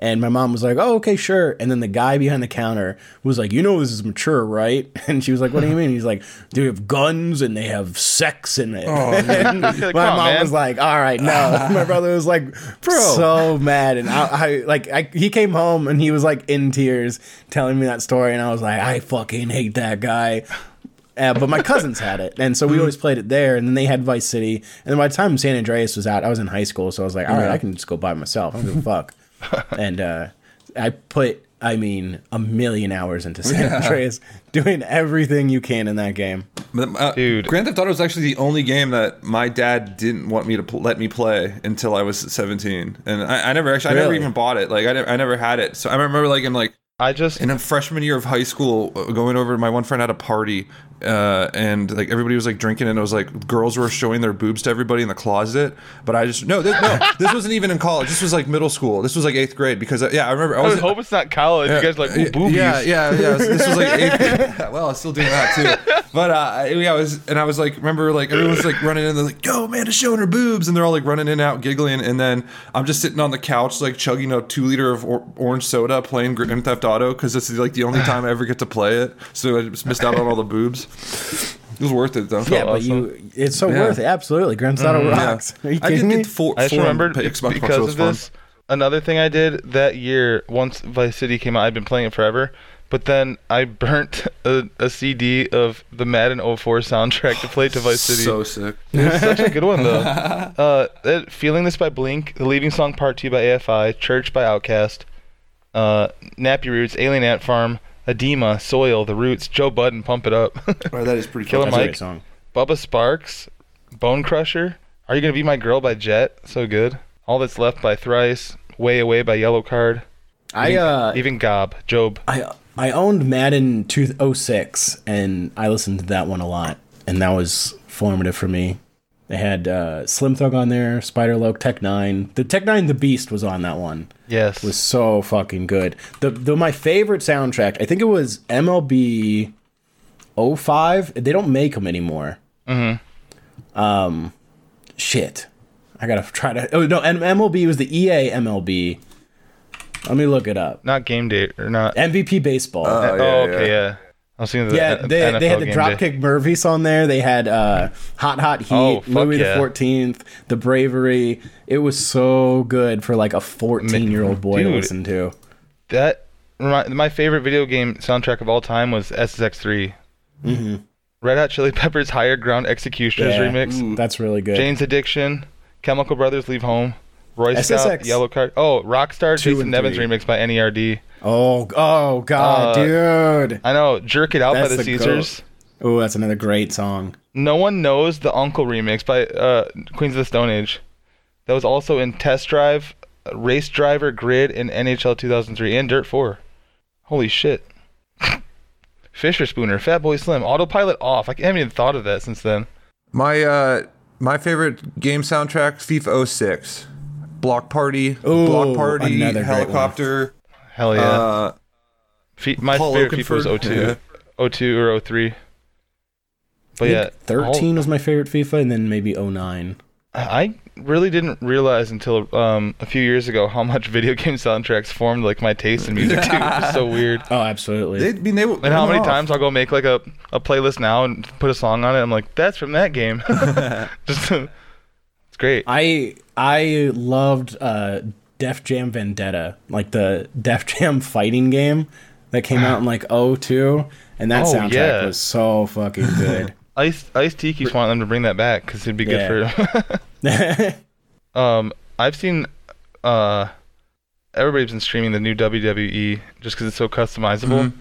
B: And my mom was like, "Oh, okay, sure." And then the guy behind the counter was like, "You know this is mature, right?" And she was like, "What do you mean?" He's like, "They have guns and they have sex in it." And my
D: Come on,
B: mom
D: man.
B: was like, "All right, no." my brother was like, so mad, and I, I like, I, he came home and he was like in tears, telling me that story, and I was like, "I fucking hate that guy." Uh, but my cousins had it, and so we always played it there. And then they had Vice City, and then by the time San Andreas was out, I was in high school, so I was like, all right, I can just go by myself. I don't give a fuck. and uh, I put, I mean, a million hours into San Andreas, doing everything you can in that game.
C: But, uh,
D: Dude.
C: Grand Theft Auto was actually the only game that my dad didn't want me to pl- let me play until I was 17, and I, I never actually, I never
B: Really?
C: even bought it. Like I, never, I never had it. So I remember like in like
D: I just
C: in a freshman year of high school uh, going over my one friend had a party uh, and like everybody was like drinking and it was like girls were showing their boobs to everybody in the closet but i just no this, no this wasn't even in college this was like middle school this was like eighth grade because uh, yeah i remember i
D: I
C: was
D: would hope it's not college. you guys are like ooh, boobies.
C: yeah, yeah, yeah. This was like eighth. well, I was still doing that too. But uh, I- yeah, I was, and I was like, remember, like everyone's like running in, they're like, "Yo, Amanda's showing her boobs," and they're all like running in and out, giggling, and then I'm just sitting on the couch, like chugging a two liter of or- orange soda, playing Grand Theft Auto because this is like the only time I ever get to play it. So I just missed out on all the boobs. It was worth it though.
B: Yeah, but you, it's so
C: Yeah.
B: worth it. Absolutely, Grand Theft Auto rocks. Are you
C: I did
B: kidding me?
C: get four.
D: I just
C: four
D: remembered
C: Xbox
D: be-
C: controls
D: because of
C: for 'em.
D: this. Another thing I did that year, once Vice City came out, I'd been playing it forever. But then I burnt a, a CD of the Madden 04 soundtrack to play to Vice City.
C: So sick.
D: It's such a good one though. Uh, that- Feeling This by Blink, The Leaving Song Part Two by AFI, Church by Outcast, uh, Nappy Roots, Alien Ant Farm, Edema, Soil, The Roots, Joe Budden, Pump It Up,
C: that is pretty.
D: Killer
B: That's a great
D: Mike,
B: song.
D: Bubba Sparks, Bone Crusher, Are You Gonna Be My Girl by Jet, so good. All That's Left by Thrice, Way Away by Yellow Card,
B: I uh,
D: even Gob, Job.
B: I I owned Madden 2006 and I listened to that one a lot and that was formative for me. They had uh, Slim Thug on there, Spider Loke, Tech Nine. The Tech Nine, the Beast was on that one.
D: Yes.
B: was so fucking good. The the my favorite soundtrack. I think it was MLB 05. They don't make them anymore. Mm-hmm. Um, shit. I gotta try to. Oh no, and MLB was the E EA MLB. Let me look it up.
D: not game day or not.
B: MVP baseball.
C: Oh,
D: oh,
C: yeah,
D: okay, yeah. I was thinking of the
B: yeah,
D: N-
B: they,
D: NFL
B: they had the
D: game day.
B: Dropkick Murphys on there. They had uh, Hot Hot Heat,
D: Oh, fuck
B: Louis
D: yeah.
B: the Fourteenth, The Bravery. It was so good for like a fourteen-year-old boy to
D: Dude.
B: listen to.
D: That remi- my favorite video game soundtrack of all time was SSX3. Mm-hmm. Red Hot Chili Peppers' Higher Ground Executioners
B: Yeah. Mm.
D: remix.
B: That's really good.
D: Jane's Addiction, Chemical Brothers Leave Home, Roy Scott,
B: SSX.
D: Yellow Card. Oh, Rockstar
B: Two
D: Jason
B: and
D: Nevins
B: three.
D: remix by E NERD.
B: Oh, oh God, dude.
D: I know, Jerk It Out by
B: That's
D: the,
B: the
D: Caesars.
B: Oh, that's another great song.
D: No one knows the Uncle remix by uh, Queens of the Stone Age. That was also in Test Drive, Race Driver, Grid, and NHL 2003, and Dirt 4. Holy shit. Fisher Spooner, Fat Boy Slim, Autopilot Off. I haven't even thought of that since then.
C: My uh, my favorite game soundtrack: FIFA 06, Block Party,
B: Ooh,
C: Block Party,
B: another great one.
C: Helicopter.
D: Hell yeah.
C: Uh,
D: Fe- my
C: Paul
D: favorite FIFA was
C: Oakenfold.
D: 02, 02 or 03. But
B: I
D: yeah,
B: think 13 was my favorite FIFA, and then maybe 09.
D: all- I really didn't realize until um, a few years ago how much video game soundtracks formed like my taste in music too. It's just so weird.
B: Oh, absolutely.
C: they, I mean, they,
D: And how many times I'll go make like a, a playlist now and put a song on it. I'm like, that's from that game. just it's great.
B: I I loved uh, Def Jam Vendetta, like the Def Jam fighting game that came out in like 02, and that
D: Oh,
B: soundtrack
D: yeah.
B: was so fucking good.
D: Ice Ice T keeps wanting them to bring that back because it'd be good for. Um, I've seen uh, everybody's been streaming the new WWE just because it's so customizable.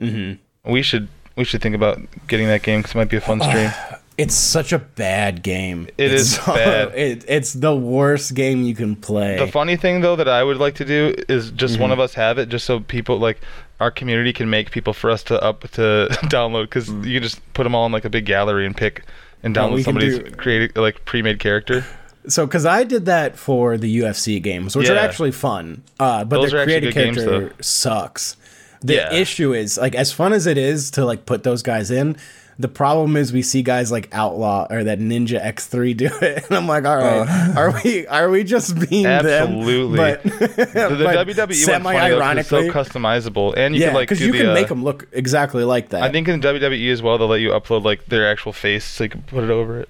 B: Mhm.
D: We should we should think about getting that game because it might be a fun stream.
B: It's such a bad game.
D: It
B: it's
D: is bad.
B: It, it's the worst game you can play.
D: the funny thing though that I would like to do is just
B: Mm-hmm.
D: one of us have it just so people like our community can make people for us to up to download because you can just put them all in like a big gallery and pick and
B: Mm. we can
D: download somebody's
B: do-
D: created like pre-made character.
B: So, because I did that for the UFC games, which are
D: Yeah.
B: actually fun, uh, but
D: Those
B: the
D: are actually
B: creative
D: good games,
B: character sucks. The
D: Yeah.
B: issue is like as fun as it is to like put those guys in. The problem is we see guys like Outlaw or that Ninja X three do it, and I'm like, all right, are we are we just being
D: Uh. Absolutely.
B: them?
D: The, the
B: But
D: WWE one's funny though 'cause it's so
B: semi-ironically-
D: customizable and you
B: yeah,
D: can like
B: because
D: do
B: you
D: the,
B: can
D: uh,
B: make them look exactly like that.
D: I think in WWE E as well, they'll let you upload like their actual face, so you can put it over it.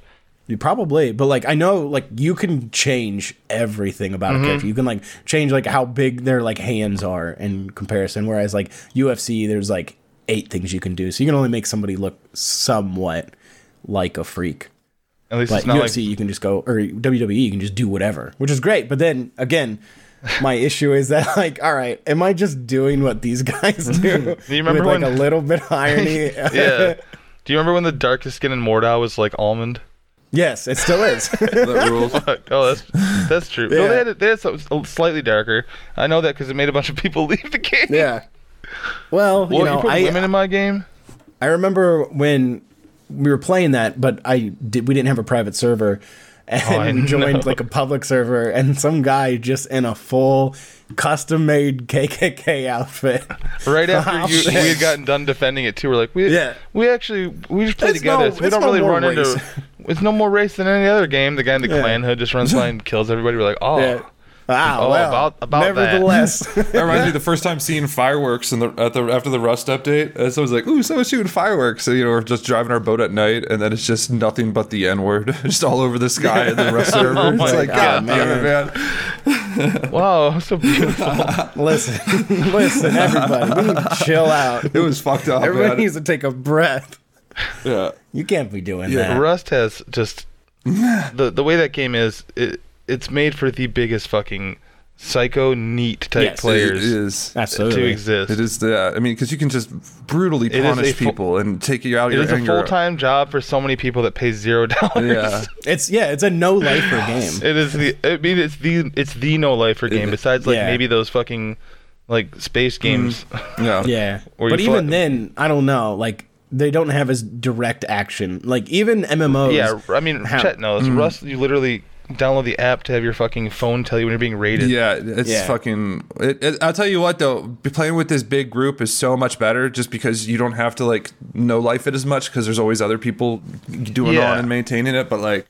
B: You probably, but like I know, like you can change everything about
D: Mm-hmm.
B: a character. You can like change like how big their like hands are in comparison. Whereas like UFC, there's like eight things you can do, so you can only make somebody look somewhat like a freak.
D: At least
B: But
D: it's not
B: UFC,
D: like
B: you can just go or WWE, you can just do whatever, which is great. But then again, my issue is that like, all right, am I just doing what these guys do?
D: you remember
B: with, like
D: when-
B: a little bit of irony?
D: yeah. Do you remember when the darkest skin in Mordau was like almond?
B: yes, it still is.
C: That rules.
D: Fuck. Oh, that's that's true. No, they
B: Yeah.
D: had it. They had something slightly darker. I know that because it made a bunch of people leave the game.
B: yeah. Well,
D: Well,
B: you
D: you,
B: know,
D: put
B: I,
D: women in my game.
B: I remember when we were playing that, but I did. We didn't have a private server, and
D: Oh, I
B: we joined
D: know.
B: like a public server, and some guy just in a full custom-made KKK outfit.
D: Right
B: Oh,
D: after you,
B: shit.
D: we had gotten done defending it too, we're like, we
B: Yeah.
D: we actually we just play
B: It's
D: together.
B: no-
D: so we
B: it's
D: don't
B: no
D: really
B: more
D: run
B: race.
D: into. It's no more race than any other game. The guy in the
B: Yeah.
D: clan hood just runs by and kills everybody. We're like, oh,
B: Yeah. Ah,
D: Oh,
B: well,
D: about- about that.
B: nevertheless,
C: That reminds me of the first time seeing fireworks in the, at the after the Rust update. And so I was like, "Ooh, someone's shooting fireworks!" So, you know, we're just driving our boat at night, and then it's just nothing but the N word, just all over the sky and the Rust server.
D: my
C: it's like,
B: God,
C: God, damn it, man!
D: wow, so beautiful.
B: listen, listen, everybody, we need to chill out.
C: It was fucked up.
B: Everybody
C: man.
B: needs to take a breath.
C: yeah.
B: You can't be doing that.
D: Rust has just the the way that game is. It it's made for the biggest fucking psycho neat type
B: Yes.
D: players.
C: It is.
D: to
B: Absolutely.
D: exist.
C: It is that. I mean, because you can just brutally
D: is a
C: punish
D: full-
C: people and take you out of
D: It
C: your
D: is a
C: anger.
D: full time job for so many people that pay zero dollars.
C: Yeah.
B: It's yeah, it's a no lifer game.
D: It is the. I mean, it's the. It's the no lifer game. Besides, like
B: Yeah.
D: maybe those fucking, like space games.
C: Mm. Yeah.
B: Yeah.
D: Or you
B: but
D: fly-
B: even then, I don't know. Like they don't have as direct action. Like even MMOs.
D: Yeah, I mean,
B: how-
D: Chet knows.
C: Mm.
D: Rust, you literally download the app to have your fucking phone tell you when you're being raided.
C: Yeah, it's
B: Yeah.
C: fucking. It, it, I'll tell you what though, be- playing with this big group is so much better, just because you don't have to like know life it as much because there's always other people doing
D: Yeah.
C: on and maintaining it. But like,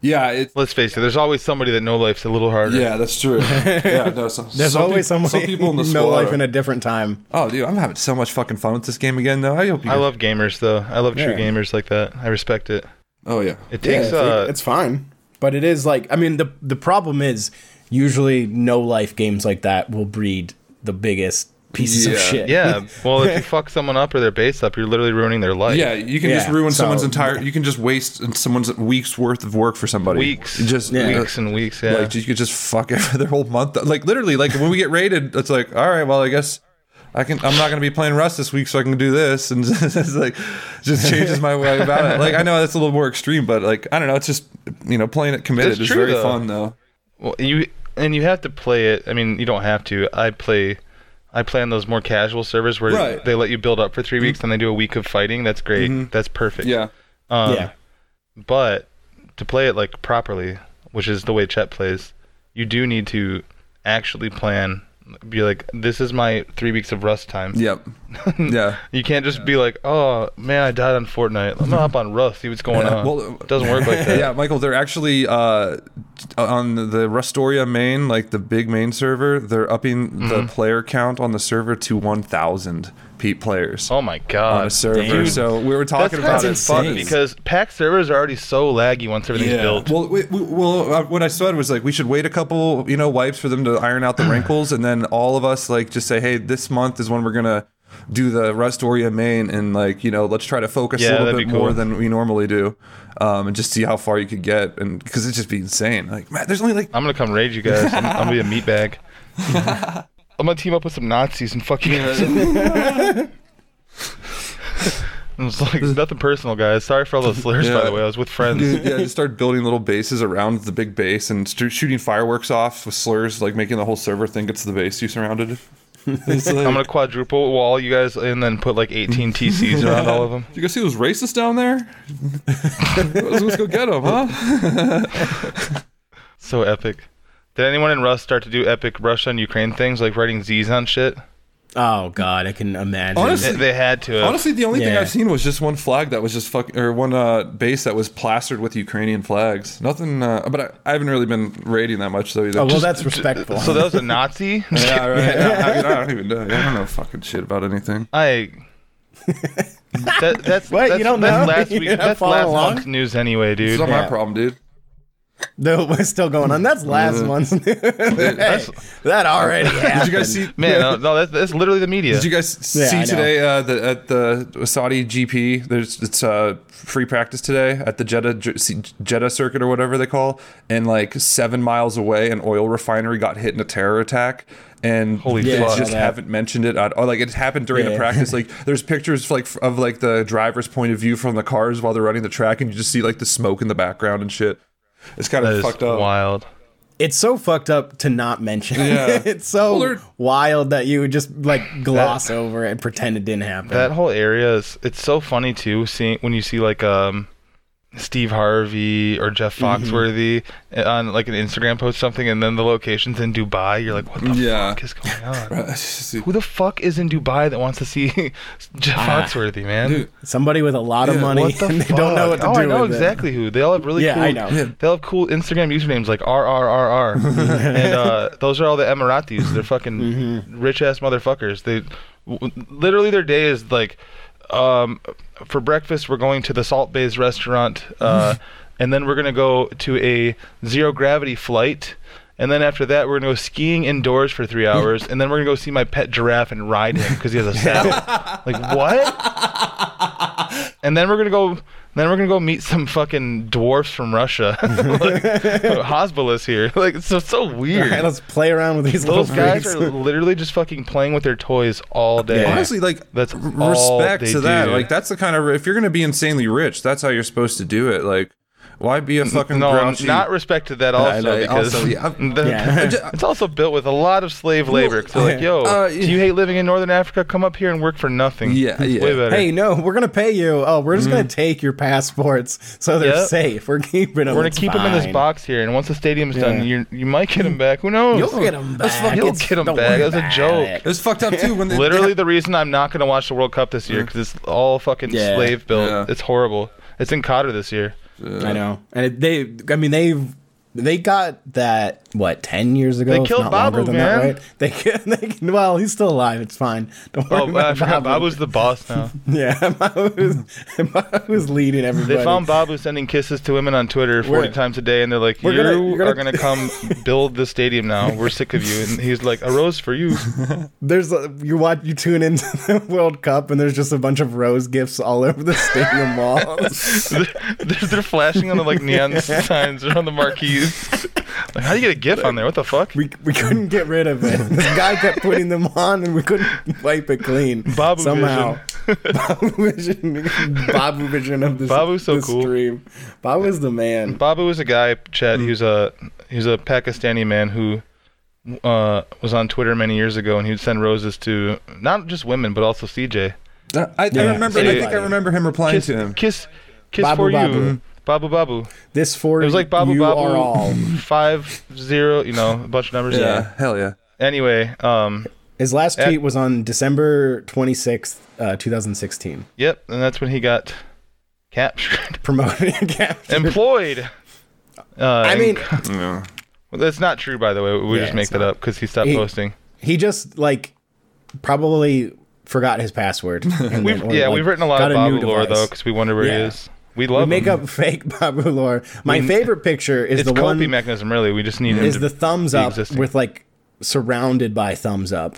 C: yeah, it's
D: Let's face it, there's always somebody that no life's a little harder.
C: yeah, that's true. yeah, no, some,
B: There's
C: some
B: always
C: peop-
B: someone
C: Some people in the
B: know
C: squad
B: life
C: are-
B: in a different time.
C: oh, dude, I'm having so much fucking fun with this game again though. I hope you.
D: I love gamers though. I love true
B: Yeah.
D: gamers like that. I respect it.
C: oh yeah.
D: It takes uh,
B: it's fine, but it is like I mean the the problem is usually no life games like that will breed the biggest pieces
C: Yeah.
B: of shit.
D: yeah. Well, if you fuck someone up or their base up, you're literally ruining their life.
C: Yeah, you can just
B: Yeah,
C: ruin
B: so-
C: someone's entire. You can just waste someone's weeks worth of work for somebody.
D: Weeks,
C: just
B: Yeah.
D: weeks and weeks. Yeah.
C: Like you could just fuck it for their whole month. Like literally, like when we get raided, it's like, all right, well, I guess I can. I'm not gonna be playing Rust this week, so I can do this, and it's like just changes my way about it. Like I know that's a little more extreme, but like I don't know, it's just you know playing it committed
D: That's
C: is
D: true,
C: very
D: though.
C: fun though.
D: Well, you and you have to play it. I mean, you don't have to. I play. I play on those more casual servers where
C: Right. Mm-hmm.
D: they let you build up for three weeks, and they do a week of fighting. That's great. That's perfect.
C: Yeah,
D: Um,
B: yeah.
D: But to play it like properly, which is the way Chet plays, you do need to actually plan. Be like, this is my three weeks of Rust time.
C: yep, yeah.
D: You can't just be like, oh man, I died on Fortnite. Let me hop on Rust, see what's going
C: Yeah,
D: on.
C: well,
D: it doesn't work like that.
C: Yeah, Michael, they're actually uh, on the Rustoria main, like the big main server. They're upping
D: Mm-hmm.
C: the player count on the server to 1,000 pe- players
D: Oh my
C: on
D: god.
C: a server.
B: Dude.
C: so we were
D: That's
C: talking about
D: kind
C: it.
D: of fun
B: insane.
D: because pack servers are already so laggy once everything's built.
C: Well, we, we, well, uh, what I said was like we should wait a couple, you know, wipes for them to iron out the wrinkles, and then all of us like just say, hey, this month is when we're gonna do the Rustoria main, and like you know, let's try to focus
D: Yeah,
C: a little
D: that'd
C: bit
D: be cool.
C: more than we normally do, um, and just see how far you could get, and because it'd just be insane. Like, man, there's only like
D: I'm gonna come raid you guys. I'm, I'm gonna be a meatbag. I'm gonna team up with some Nazis and fucking. It's like nothing personal, guys. Sorry for all those slurs, by
C: Yeah.
D: the way. I was with friends.
C: yeah, just start building little bases around the big base and st- shooting fireworks off with slurs, like making the whole server think it's the base you surrounded. It's like-
D: I'm gonna quadruple wall you guys and then put like 18 TCs around all of them.
C: You guys see those racists down there? let's, let's go get them, huh?
D: So epic. Did anyone in Rust start to do epic Russia and Ukraine things like writing Z's on shit?
B: Oh god, I can imagine.
C: Honestly-
D: They, they had to. Have.
C: Honestly, the only thing
B: Yeah.
C: I've seen was just one flag that was just fuck or one uh, base that was plastered with Ukrainian flags. Nothing, uh, but I, I haven't really been raiding that much though either.
B: oh well,
C: Just-
B: that's respectful.
D: so that was a Nazi.
C: yeah, right. yeah, I, mean, I don't even know. I don't know fucking shit about anything.
D: I. that, that's
B: What? You
D: That's,
B: don't
D: that's
B: know?
D: last
B: You
D: week.
B: don't
D: That's
B: follow
D: last
B: along?
D: month's news anyway, dude.
C: It's not my
B: Yeah.
C: problem, dude.
B: No, we're still going on. That's last month's. hey, that already happened.
C: Did you guys see?
D: Man, no, no that's, that's literally the media.
C: Did you guys
B: Yeah, I
C: see
B: know.
C: today uh, the, at the Saudi GP? There's it's uh, free practice today at the Jeddah J- C- Jeddah circuit or whatever they call, and like seven miles away, an oil refinery got hit in a terror attack, and
D: Holy
C: they
D: fuck. Yeah, I
C: just
B: saw that.
C: haven't mentioned it at all. Like it happened during the
B: Yeah.
C: practice. Like there's pictures like f- of like the driver's point of view from the cars while they're running the track, and you just see like the smoke in the background and shit. It's kind
D: that
C: of
D: is
C: fucked up.
D: wild.
B: it's so fucked up to not mention.
C: Yeah.
B: it's so
C: Well, they're-
B: wild that you would just like gloss over it and pretend it didn't happen.
D: That whole area is it's so funny too. Seeing when you see like um Steve Harvey or Jeff
B: Mm-hmm.
D: Foxworthy eh, on like an Instagram post something, and then the locations in Dubai. You're like, what the
C: Yeah.
D: fuck is going on?
C: Dude,
D: Who the fuck is in Dubai that wants to see Jeff Foxworthy, man?
B: Somebody with a lot of
C: Yeah,
B: money
D: What the
B: and they
D: fuck?
B: don't know what to
D: oh,
B: do
D: I know
B: with it.
D: exactly who. They all have really
B: Yeah,
D: cool.
B: I know. Yeah.
D: They all have cool Instagram usernames like RRRR, and uh, those are all the Emiratis. They're fucking
B: Mm-hmm.
D: rich ass motherfuckers. They w- literally their day is like, um, for breakfast we're going to the Salt Bay's restaurant, uh, and then we're gonna go to a zero gravity flight. And then after that, we're gonna go skiing indoors for three hours, and then we're gonna go see my pet giraffe and ride him because he has a saddle. like what? and then we're gonna go. Then we're gonna go meet some fucking dwarfs from Russia. like, Hasbula's here. Like it's so, so
B: All right,
D: weird.
B: let's play around with these
D: Those
B: little
D: guys
B: freaks.
D: are literally just fucking playing with their toys all day.
B: Yeah.
C: honestly like
D: That's
C: r-
D: all
C: respect
D: they
C: to that
D: do.
C: like that's the kind of if you're gonna be insanely rich that's how you're supposed to do it like Why be a fucking
D: no, I'm
C: grouchy?
D: not respected that
C: I
D: also
C: know,
D: because
C: also, yeah, I'm-
D: the-
B: Yeah. I ju-
D: it's also built with a lot of slave labor. 'cause they're like, yo,
C: uh,
D: do you hate living in Northern Africa? Come up here and work for nothing.
C: Yeah,
D: It's
C: yeah.
D: way better.
B: Hey, no, we're gonna pay you. Oh, we're just gonna take your passports so they're
D: Mm. Yep.
B: safe. We're keeping them.
D: we're gonna keep them in this
B: fine.
D: box here, and once the stadium's
B: Yeah.
D: done, you you might get them back. Who knows?
B: You'll get them
C: That's
B: back.
C: fucking-
D: You'll
B: It's-
D: get 'em
B: don't
D: back.
B: worry
D: That's a
B: about
D: joke.
B: it.
C: It was fucked up too when they
D: Literally,
C: they-
D: the reason I'm not gonna watch the World Cup this year because it's all fucking
B: Mm. Yeah.
D: slave built.
C: Yeah.
D: It's horrible. It's in Qatar this year.
B: I know, and it, they. I mean, they've they got that what ten years ago.
D: They
B: if
D: killed
B: not longer
D: Babu,
B: than That,
D: man.
B: right? They, can- they can- well, he's still alive. It's fine. Don't worry
D: Oh,
B: about
D: I forgot.
B: Babu.
D: Babu's the boss now.
B: Yeah, Babu's, Babu's leading everybody.
D: They found Babu sending kisses to women on Twitter 40
B: We're-
D: times a day, and they're like,
B: we're
D: "You
B: gonna- you're gonna-
D: are gonna come build the stadium now. We're sick of you." And he's like, "A rose for you."
B: there's a, you watch you tune into the World Cup, and there's just a bunch of rose gifts all over the stadium walls.
D: they're, they're flashing on the like neon signs or on the marquees. Like, how do you get a GIF on there? What the fuck?
B: We, we couldn't get rid of it. This guy kept putting them on, and we couldn't wipe it clean.
D: Babu
B: somehow.
D: vision.
B: Babu vision, Babu vision of this.
D: Babu's so
B: this
D: cool.
B: Stream. Babu's the man.
D: Babu was a guy, Chad. He was a he's a Pakistani man who uh, was on Twitter many years ago, and he would send roses to not just women but also CJ.
C: I, I remember. I think I
B: Everybody.
C: remember him replying
D: Kiss,
C: to him.
D: kiss, kiss
B: Babu,
D: for
B: Babu.
D: you, Babu Babu.
B: This for
D: It was like Babu
B: you
D: Babu
B: are all.
D: five zero. You know, a bunch of numbers.
C: Yeah, hell yeah.
D: Anyway, um,
B: His last tweet was on December twenty sixth, uh, two thousand sixteen.
D: yep, and that's when he got captured,
B: Promoted and captured.
D: employed. Uh,
B: I
D: and-
B: mean,
C: Yeah.
D: Well, that's not true, by the way. We
B: Yeah,
D: just make
B: it's
D: that
B: not.
D: up because he stopped
B: He-
D: posting.
B: he just like probably forgot his password. and
D: We've,
B: then- or,
D: yeah,
B: like,
D: we've written a lot
B: got
D: of
B: new
D: Babu lore
B: device.
D: though because we wonder where he
B: Yeah.
D: is. We
B: We
D: love
B: make
D: him.
B: up fake Babu lore. My favorite picture is
D: It's
B: the
D: coping
B: one
D: mechanism, really. We just need him
B: is
D: to.
B: the thumbs up
D: existing.
B: with like surrounded by thumbs up,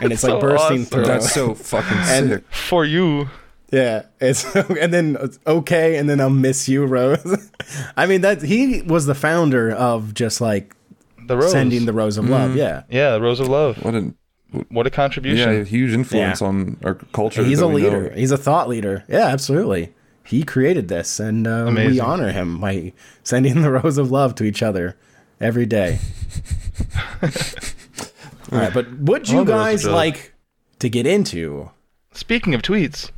B: and it's, like
D: so
B: bursting
D: awesome.
B: through.
C: That's so fucking
B: And-
C: sick.
D: for you,
B: Yeah, it's and then it's okay, and then I'll miss you, Rose. I mean that he was the founder of just like
D: the rose. Mm-hmm.
B: sending the rose of love. Yeah,
D: yeah, the rose of love.
C: What an
D: What a
C: yeah,
D: contribution.
C: huge influence
B: Yeah.
C: on our culture.
B: he's
C: that
B: a
C: we know.
B: leader. He's a thought leader. Yeah, absolutely. He created this, and uh, we
D: Amazing.
B: honor him by sending the rose of love to each other every day. All right, but would you
C: Oh,
D: love the rose of
B: guys
D: love.
B: like to get into
D: Speaking of tweets,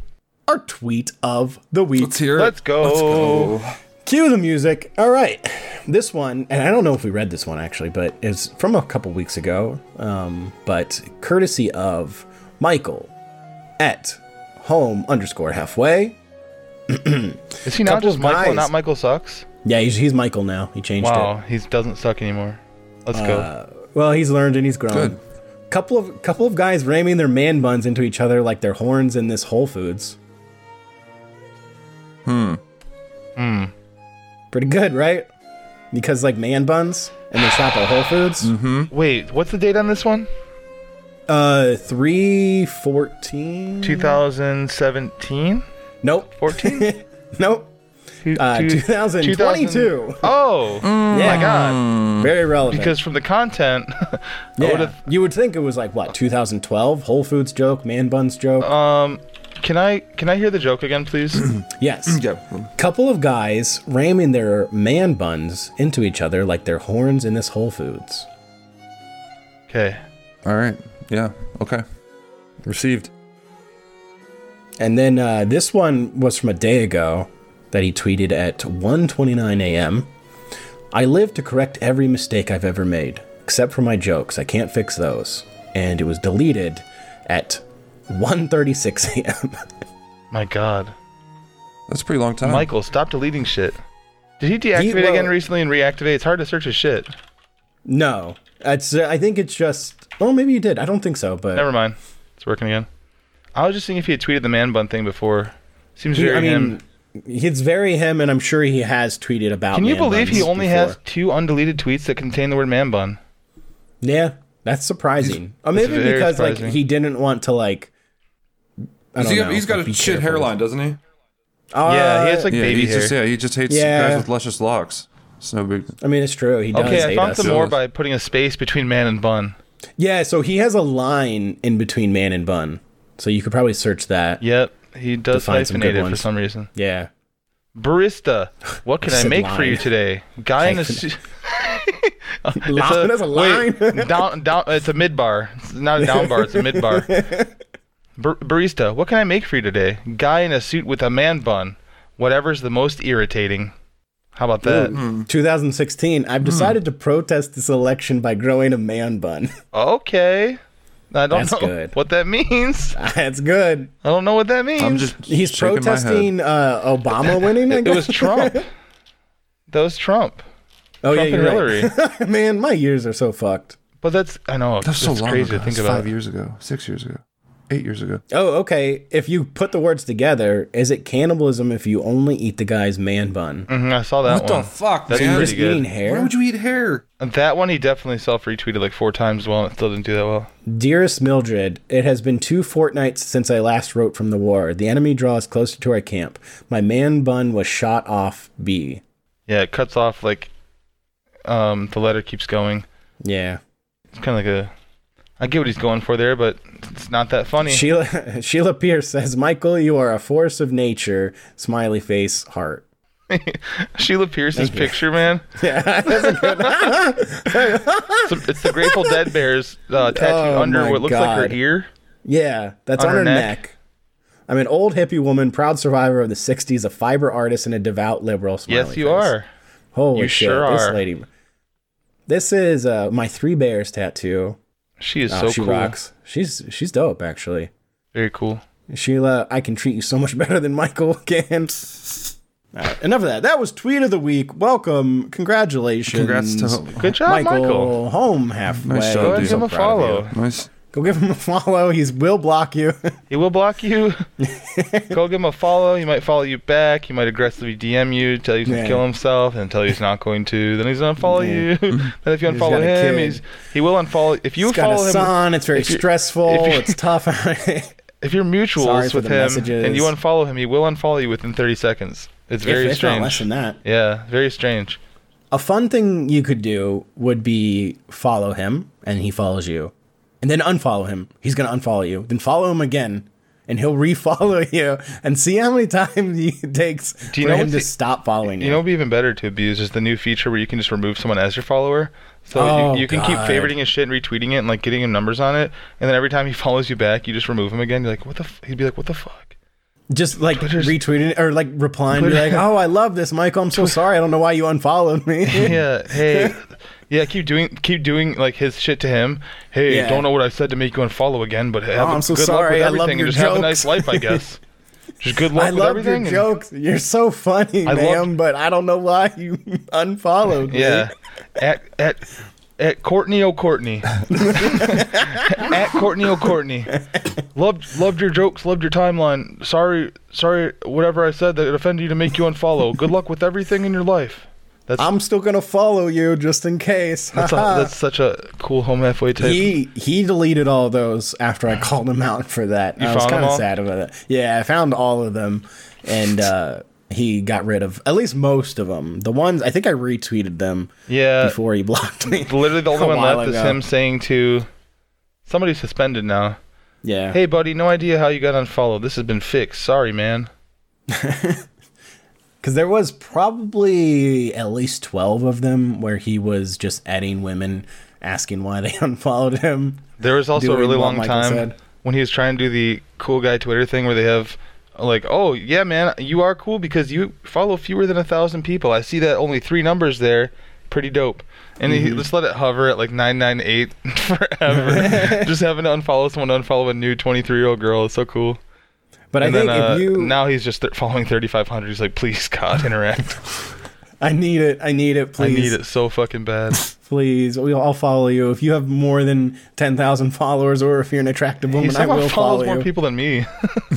B: our tweet of the week?
C: Let's hear it.
D: let's go.
C: Let's go.
B: Cue the music. All right. This one, and I don't know if we read this one actually, but it's from a couple weeks ago. Um, but courtesy of Michael at home underscore halfway.
D: Is he not
B: Couple
D: just Michael,
B: guys.
D: and not Michael Sucks?
B: Yeah, he's, he's Uh, Michael now. He changed
D: Wow, he doesn't suck anymore. Let's go.
B: it. Well, he's learned and he's grown.
C: Good.
B: Couple of couple of guys ramming their man buns into each other like their horns in this Whole Foods. Hmm. Pretty good, right? Because like man buns and they shop at Whole Foods.
C: Mm-hmm.
D: Wait, what's the date on this one?
B: Uh, three fourteen.
D: 2017?
B: Nope.
D: 14?
B: Nope. Uh, 2022.
D: Oh,
B: Yeah.
D: my God.
B: Very relevant.
D: Mm. Because from the content, I
B: yeah.
D: would have
B: you would think it was like what 2012 Whole Foods joke, man buns joke.
D: Um, can I can I hear the joke again, please?
B: yes.
C: Yeah.
B: Couple of guys ramming their man buns into each other like their horns in this Whole Foods.
D: okay.
C: All right. Yeah. Okay. Received.
B: And then uh, this one was from a day ago that he tweeted at 1:29 a.m. I live to correct every mistake I've ever made, except for my jokes. I can't fix those. And it was deleted at 1:36 a.m.
D: My God,
C: That's a pretty long time.
D: Michael, stop deleting shit. Did he deactivate
B: Uh. well-
D: again recently and reactivate? It's hard to search his shit.
B: no, it's. Uh, I think it's just. Oh, maybe you did. I don't think so, but
D: Never mind, it's working again. I was just seeing if he had tweeted the man bun thing before. Seems
B: he,
D: very
B: I mean,
D: him.
B: it's very him, and I'm sure he has tweeted about.
D: Can you
B: man
D: believe he
B: buns
D: only
B: before.
D: has two undeleted tweets that contain the word man bun?
B: Yeah, that's surprising. Or maybe
D: very
B: because
D: surprising.
B: like he didn't want to like. I don't
C: He's
B: know,
C: got, he's got
B: like,
C: a
B: be
C: shit
B: careful.
C: hairline, doesn't he?
D: yeah, he
B: Uh,
D: has like
C: Yeah.
D: baby
C: he
D: hair.
C: just yeah. He just hates
B: Yeah.
C: guys with luscious locks. It's no big.
B: I mean, it's true. He does
D: okay, I
B: hate
D: found
B: us.
D: some more by putting a space between man and bun.
B: Yeah, so he has a line in between man and bun. So you could probably search that.
D: Yep, he does
B: find some good
D: hyphenate it for
B: ones.
D: some reason.
B: Yeah.
D: barista, what can I
B: Said
D: make for you
B: line.
D: today? Guy in a
B: Hyphen.
D: suit.
B: Line- that's a line.
D: Wait, down, down. It's a mid bar. It's not a down bar. It's a mid bar. Bar- barista, what can I make for you today? Guy in a suit with a man bun. Whatever's the most irritating. How about that?
C: Mm-hmm. Hmm.
B: 2016.
D: Hmm.
B: I've decided to protest this election by growing a man bun.
D: Okay. I don't
B: That's
D: know
B: good.
D: what that means.
B: That's good.
D: I don't know what that means.
C: I'm just
B: He's
C: shaking my head.
B: protesting uh, Obama winning. I
D: It was
B: guess?
D: Trump. that was Trump.
B: oh
D: Trump and
B: you're
D: Hillary.
B: right. Man, my years are so fucked.
D: But that's I know
C: That's
D: that's
C: so long.
D: crazy
C: ago.
D: to think
C: That's
D: about.
C: Five years ago, six years ago, eight years ago.
B: Oh, okay. If you put the words together, is it cannibalism if you only eat the guy's man bun?
D: Mhm, I saw that
C: What
D: one.
C: the fuck,
D: That's
C: man?
D: pretty
B: Just eating
D: good.
B: hair.
C: Why would you eat hair?
D: That one he definitely self retweeted like four times. Well, it still didn't do that well.
B: Dearest Mildred, it has been two fortnights since I last wrote from the war. The enemy draws closer to our camp. My man bun was shot off B.
D: Yeah, it cuts off like um the letter keeps going.
B: Yeah.
D: It's kind of like a I get what he's going for there, but it's not that funny.
B: Sheila Sheila Pierce says, Michael, you are a force of nature. Smiley face, heart.
D: Sheila Pierce's picture, man.
B: Yeah, that's a good
D: It's, it's the Grateful Dead bears uh, tattooed
B: Oh
D: under
B: my
D: what looks like
B: God.
D: her ear.
B: Yeah, that's on, her, neck. I'm an old hippie woman, proud survivor of the 60s, a fiber artist, and a devout liberal. Smiley
D: Yes, you
B: face.
D: are.
B: Holy
D: You
B: shit,
D: sure
B: this
D: are.
B: lady. This is uh, my three bears tattoo.
D: She is
B: Oh,
D: so
B: she
D: cool.
B: rocks. She's she's dope actually.
D: Very cool.
B: Sheila, I can treat you so much better than Michael can. All right, enough of that. That was tweet of the week. Welcome, congratulations.
C: Congrats to
D: Good job,
B: Michael,
D: Michael.
B: home halfway.
C: Nice job,
D: Go ahead and
C: dude. So
D: give him a
B: proud of you.
D: follow.
C: nice.
B: Go give him a follow. He's will block you.
D: He will block you. Go give him a follow. He might follow you back. He might aggressively DM you, tell you he's gonna
B: Yeah.
D: kill himself, and tell you he's not going to. Then he's gonna unfollow you. then if you
B: got a
D: unfollow him,
B: kid.
D: he's he will unfollow. If you
B: He's got
D: follow
B: a
D: him,
B: son. It's very
D: if you-
B: stressful.
D: if you-
B: it's tough.
D: if you're
B: Sorry
D: mutuals
B: for
D: with
B: the
D: him and
B: messages.
D: you unfollow him, he will unfollow you within 30 seconds. It's very
B: if, if not less
D: strange.
B: than that.
D: Yeah, very strange.
B: A fun thing you could do would be follow him, and he follows you, and then unfollow him. He's gonna unfollow you, then follow him again, and he'll refollow you, and see how many times it takes
D: Do you
B: for
D: know
B: him
D: what's
B: to
D: the-
B: stop following you.
D: You know, what would be even better to abuse is the new feature where you can just remove someone as your follower. So
B: Oh,
D: you, you can keep
B: God.
D: favoriting his shit and retweeting it and like getting him numbers on it, and then every time he follows you back, you just remove him again. You're like, what the? F-? He'd be like, what the fuck?
B: Just like
D: Twitter's-
B: retweeting or like replying, be
D: Twitter-
B: like, "Oh, I love this, Michael. I'm so sorry. I don't know why you unfollowed me."
D: Yeah, hey, yeah, keep doing, keep doing like his shit to him. Hey,
B: Yeah.
D: don't know what I said to make you unfollow again, but have
B: Oh,
D: a
B: I'm so
D: good
B: sorry. I
D: luck
B: love
D: with everything.
B: your
D: and just have a nice
B: jokes.
D: life, I guess. just good luck
B: I
D: with
B: love
D: everything.
B: your
D: and-
B: jokes. You're so funny,
D: I
B: ma'am,
D: love-
B: but I don't know why you unfollowed me.
D: Yeah. At at at Courtney O'Courtney. at Courtney O'Courtney. Loved loved your jokes, loved your timeline. Sorry sorry whatever I said that offended you to make you unfollow. Good luck with everything in your life. That's
B: I'm still gonna follow you just in case.
D: that's, a, that's such a cool home halfway type.
B: He he deleted all those after I called him out for that. I was
D: found them
B: kind of
D: all?
B: sad about that. Yeah, I found all of them, and uh, he got rid of at least most of them. The ones I think I retweeted them
D: yeah.
B: before he blocked me.
D: Literally the
B: a
D: only one
B: while
D: left is
B: ago.
D: him saying to somebody suspended now.
B: Yeah.
D: Hey buddy, no idea how you got unfollowed. This has been fixed. Sorry, man.
B: Because there was probably at least 12 of them where he was just adding women asking why they unfollowed him.
D: There was also a
B: doing
D: really
B: what
D: long
B: Michael
D: time
B: said.
D: when he was trying to do the cool guy Twitter thing where they have like, oh yeah, man, you are cool because you follow fewer than a thousand people. I see that only three numbers there. Pretty dope. And
B: Mm-hmm.
D: he just let it hover at like nine nine eight forever. just having to unfollow someone, unfollow a new twenty three year old girl. It's so cool.
B: But I
D: And
B: think
D: then uh,
B: if you.
D: now he's just th- following thirty five hundred. He's like, please God, interact.
B: I need it. I need it,
D: I
B: please.
D: need it so fucking bad.
B: Please. We'll, I'll follow you. If you have more than 10,000 followers or if you're an attractive
D: He
B: woman, I
D: somehow
B: will
D: follows
B: follow
D: more
B: you.
D: people than me.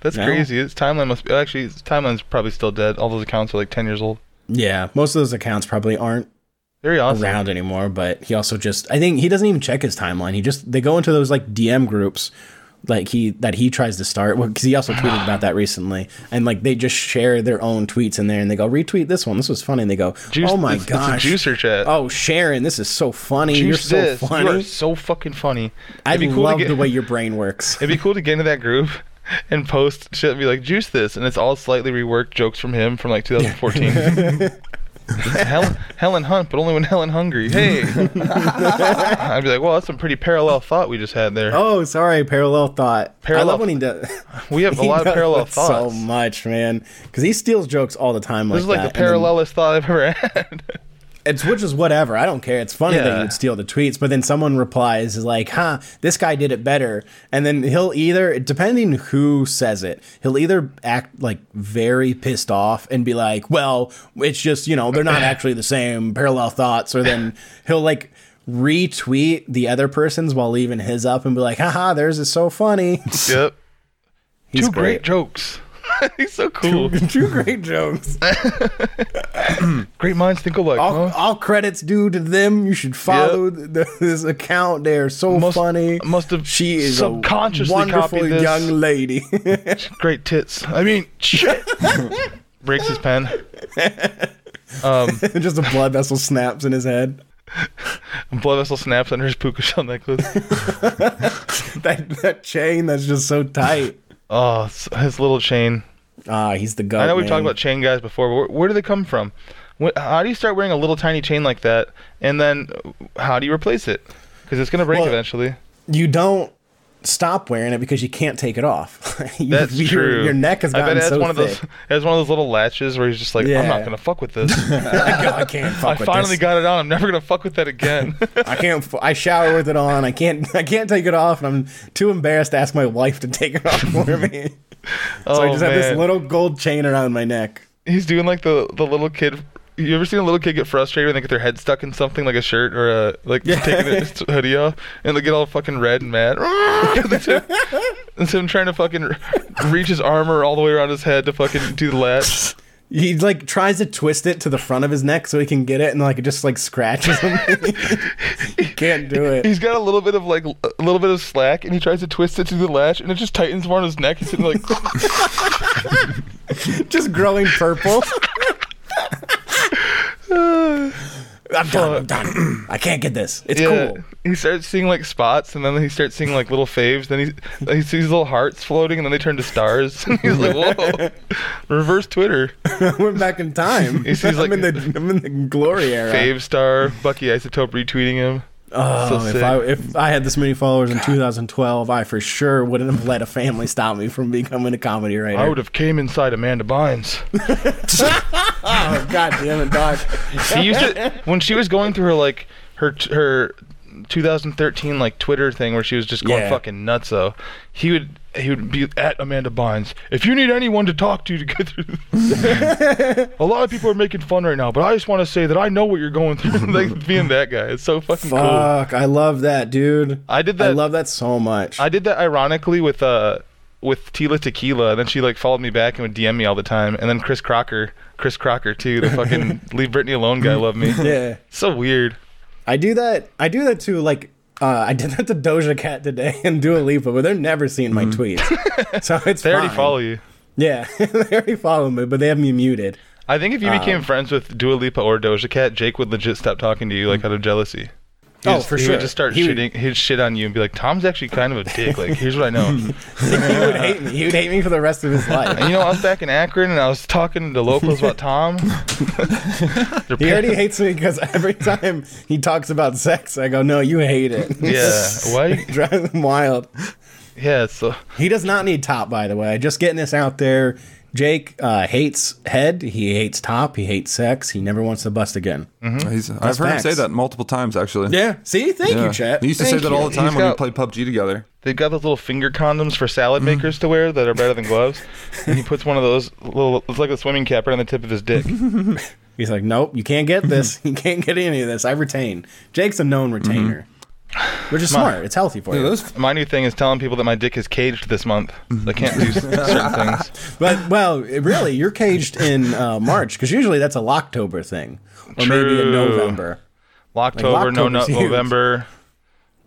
D: That's
B: No?
D: crazy. His timeline must be actually his timeline's probably still dead. All those accounts are like ten years old.
B: Yeah. Most of those accounts probably aren't
D: Very awesome.
B: around anymore, but he also just I think he doesn't even check his timeline. He just they go into those like DM groups like he that he tries to start because he also tweeted about that recently and like they just share their own tweets in there and they go retweet this one this was funny and they go
D: Juice-
B: oh my
D: it's- it's a
B: gosh
D: juicer chat.
B: oh Sharon this is so funny
D: Juice
B: you're so
D: this. You
B: funny
D: are so fucking funny.
B: I
D: It'd be cool
B: love
D: to get,
B: the way your brain works
D: It'd be cool to get into that group and post shit and be like, juice this. And it's all slightly reworked jokes from him from like 2014. Helen, Helen Hunt, but only when Helen hungry. Hey, I'd be like, well, that's some pretty parallel thought we just had there.
B: Oh, sorry, parallel thought.
D: Parallel-
B: I love when he does.
D: We have a
B: he
D: lot of
B: does
D: parallel
B: that
D: thoughts.
B: So much, man, because he steals jokes all the time. Like
D: this is like
B: that.
D: the parallelest thought I've ever had.
B: And then- it's which is whatever. I don't care. It's funny that
D: Yeah.
B: you would steal the tweets, but then someone replies is like, "Huh, this guy did it better." And then he'll either, depending who says it, he'll either act like very pissed off and be like, "Well, it's just you know they're not actually the same parallel thoughts," or then he'll like. Retweet the other person's while leaving his up and be like, haha, theirs is so funny.
D: yep.
B: He's
D: Two great jokes. He's so cool.
B: Two great jokes.
D: Uh, great minds think alike.
B: All,
D: huh?
B: all credits due to them. You should follow th- this account. They are so
D: Must-
B: funny.
D: must have
B: she is
D: subconsciously
B: a wonderful
D: copied this.
B: young lady.
D: Great tits. I mean, shit. Breaks his pen. Um,
B: Just a blood vessel snaps in his head.
D: blood vessel snaps under his puka shell necklace.
B: That that chain that's just so tight.
D: Oh, s- his little chain.
B: Ah, he's the goat.
D: I know we've
B: man.
D: talked about chain guys before, but where, where do they come from? Wh- how do you start wearing a little tiny chain like that, and then uh, how do you replace it? Because it's gonna break
B: Well,
D: eventually.
B: you don't stop wearing it because you can't take it off. You-
D: That's
B: your,
D: true.
B: Your neck has
D: I bet
B: gotten
D: that's
B: so
D: one of
B: thick.
D: those. That's one of those little latches where he's just like, I'm not
B: Yeah.
D: gonna fuck with this.
B: I can't fuck
D: I
B: with
D: finally
B: this.
D: got it on. I'm never gonna fuck with that again.
B: I can't. f- I shower with it on. I can't. I can't take it off, and I'm too embarrassed to ask my wife to take it off for me.
D: oh
B: So I just
D: man,
B: have this little gold chain around my neck.
D: he's doing like the the little kid. You ever seen a little kid get frustrated when they get their head stuck in something like a shirt or a like taking his hoodie off and they get all fucking red and mad? that's, him, that's him trying to fucking reach his armor all the way around his head to fucking do the latch.
B: He like tries to twist it to the front of his neck so he can get it, and like it just like scratches him. Can't do it.
D: He's got a little bit of like a little bit of slack and he tries to twist it to the latch and it just tightens more on his neck. He's sitting like,
B: Just growing purple. I'm done. I'm done. I can't get this. It's
D: Yeah.
B: cool.
D: He starts seeing like spots, and then he starts seeing like little faves. Then he then he sees little hearts floating, and then they turn to stars. And he's like, "Whoa, reverse Twitter,
B: We're back in time.
D: He sees, like-
B: I'm in the I'm in the glory era.
D: fave star." Bucky Isotope retweeting him.
B: Oh,
D: So
B: if
D: sick.
B: I if I had this many followers in 2012, I for sure wouldn't have let a family stop me from becoming a comedy writer.
D: I would have came inside Amanda Bynes.
B: Oh, God damn it, dog.
D: She used to when she was going through her like her her 2013 like Twitter thing where she was just going
B: Yeah.
D: fucking nuts. Though he would he would be at Amanda Bynes. If you need anyone to talk to to get through, this." a lot of people are making fun right now, but I just want to say that I know what you're going through. like being that guy, it's so fucking cool.
B: Fuck, I love that, dude.
D: I did
B: I
D: that-
B: love that so much.
D: I did that ironically with uh with Tila Tequila, and then she like followed me back and would DM me all the time, and then Chris Crocker, Chris Crocker too, the fucking leave Britney alone guy, loved me.
B: yeah,
D: So weird.
B: I do that. I do that too. Like, uh, I did that to Doja Cat today and Dua Lipa, but they're never seeing my tweets, so it's
D: Mm-hmm. They already
B: fine.
D: follow you.
B: Yeah, they already follow me, but they have me muted.
D: I think if you became friends with Dua Lipa or Doja Cat, Jake would legit stop talking to you like out of jealousy. He
B: Oh,
D: just,
B: for
D: he
B: sure.
D: would just start
B: He would-
D: shitting his shit on you and be like, "Tom's actually kind of a dick. Like, here's what I know." and
B: he would hate me. He would hate me for the rest of his life.
D: you know, I was back in Akron and I was talking to locals about Tom. Their
B: He already
D: parents-
B: hates me because every time he talks about sex, I go, "No, you hate it."
D: yeah. Why?
B: drives him wild.
D: Yeah. So
B: He does not need top, by the way. Just getting this out there. Jake uh, hates head. He hates top. He hates sex. He never wants to bust again.
D: Hmm?
C: He's, I've heard him
B: facts.
C: say that multiple times actually.
B: Yeah. See, thank
C: Yeah.
B: you, Chet.
C: He used to
B: Thank
C: say that all
B: you.
C: the time
D: He's
C: when
D: got-
C: we played PUBG together.
D: they've got those little finger condoms for salad makers to wear that are better than gloves. And he puts one of those little. It's like a swimming cap right on the tip of his dick.
B: He's like, nope, you can't get this.
C: Mm-hmm.
B: you can't get any of this. I retain. Jake's a known retainer, which is smart. It's healthy for you.
C: Those
D: My new thing is telling people that my dick is caged this month. I can't do certain things.
B: But well, it- really, you're caged in uh, March because usually that's a Locktober thing, or maybe in
D: True.
B: November.
D: Locktober, no
B: Locktober's
D: nut
B: huge.
D: November.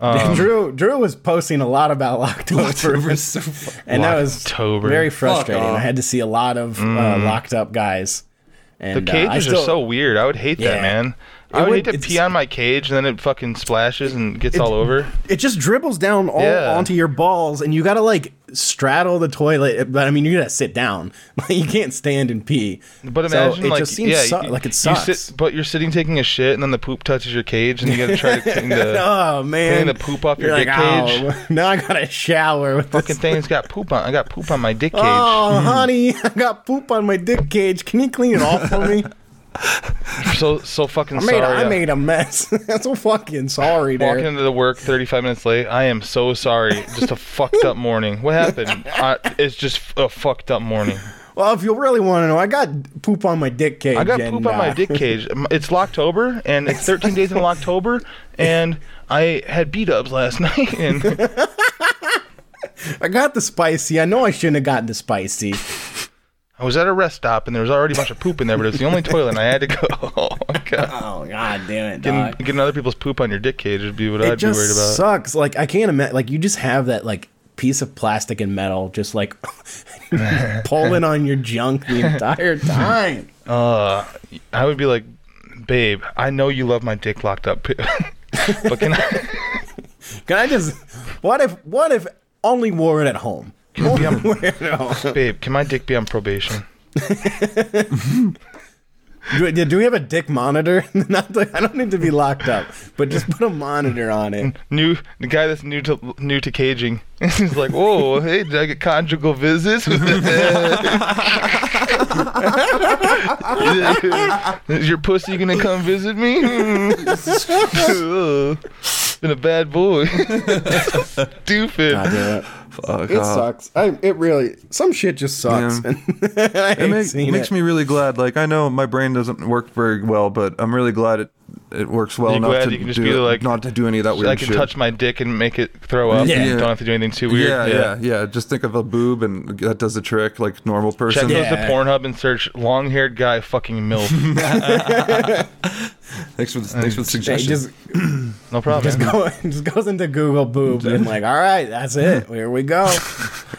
B: Um, Drew Drew was posting a lot about Locktober,
C: October's so fu-
B: and that was
D: Locktober.
B: very frustrating.
C: off.
B: I had to see a lot of uh, locked up guys. And,
D: Mm. The cages
B: uh, I
D: are
B: still-
D: so weird. I would hate that,
B: Yeah.
D: man. I would,
B: would-
D: need to
B: it's-
D: pee on my cage, and then it fucking splashes and gets all over.
B: It just dribbles down all
D: Yeah.
B: onto your balls, and you gotta like straddle the toilet. But I mean, you gotta sit down. Like, you can't stand and pee.
D: But imagine
B: so it
D: like
B: just seems
D: yeah,
B: su-
D: you-
B: like it
D: you
B: sucks.
D: sit- but you're sitting taking a shit, and then the poop touches your cage, and you gotta try to clean the
B: oh man,
D: clean the poop off your
B: You're like,
D: dick cage.
B: "Oh, now I gotta shower with
D: Fucking
B: this.
D: thing's got poop on. I got poop on my dick cage.
B: Oh, honey, I got poop on my dick cage. Can you clean it off for me?
D: So so fucking
B: I made,
D: sorry.
B: I made a mess. That's so fucking sorry, there.
D: Walking into the work 35 minutes late. I am so sorry. Just a fucked up morning. What happened? I, it's just a fucked up morning.
B: Well, if you really want to know, I got poop on my dick cage.
D: I got
B: and,
D: poop on my
B: uh,
D: dick cage. Um, It's Locktober, and it's 13 days in Locktober, and I had beat ups last night. And
B: I got the spicy. I know I shouldn't have gotten the spicy.
D: I was at a rest stop, and there was already a bunch of poop in there, but it was the only toilet, and I had to go. Oh, my God.
B: Oh god damn it,
D: Getting,
B: dog.
D: getting other people's poop on your dick cage would be what
B: It
D: I'd be worried
B: just
D: about.
B: sucks. Like I can't imagine. Like you just have that like piece of plastic and metal just like pulling on your junk the entire time.
D: Uh, I would be like, babe, I know you love my dick locked up, but can I,
B: Can I just? What if? What if only wore it at home? Only wore it at home.
D: babe, can my dick be on probation?
B: Do, do we have a dick monitor? Not that- I don't need to be locked up, but just put a monitor on it.
D: New the guy that's new to new to caging. He's like, whoa, hey, did I get conjugal visits? Is your pussy gonna come visit me? Been a bad boy. Stupid.
B: I do it.
C: Fuck
B: It
C: off.
B: sucks. I, it really. Some shit just sucks.
C: Yeah.
B: And I
C: It
B: ain't
C: make-
B: seen
C: makes
B: it.
C: me really glad. Like I know my brain doesn't work very well, but I'm really glad it, it works well
D: You're
C: enough
D: glad
C: to
D: you can just
C: do
D: be
C: it-
D: like,
C: not to do any of that weird
D: I can
C: shit.
D: touch my dick and make it throw up.
B: Yeah.
D: and you don't have to do anything too weird.
C: yeah, yeah, yeah. Just think of a boob and that does the trick, like normal person.
D: Check those to
B: Yeah.
D: Pornhub and search long-haired guy fucking milf.
C: Thanks for the, thanks for
B: It
C: the suggestion.
B: just,
D: No problem. man.
B: go, just goes into Google Boob and like, all right, that's it. Here we go.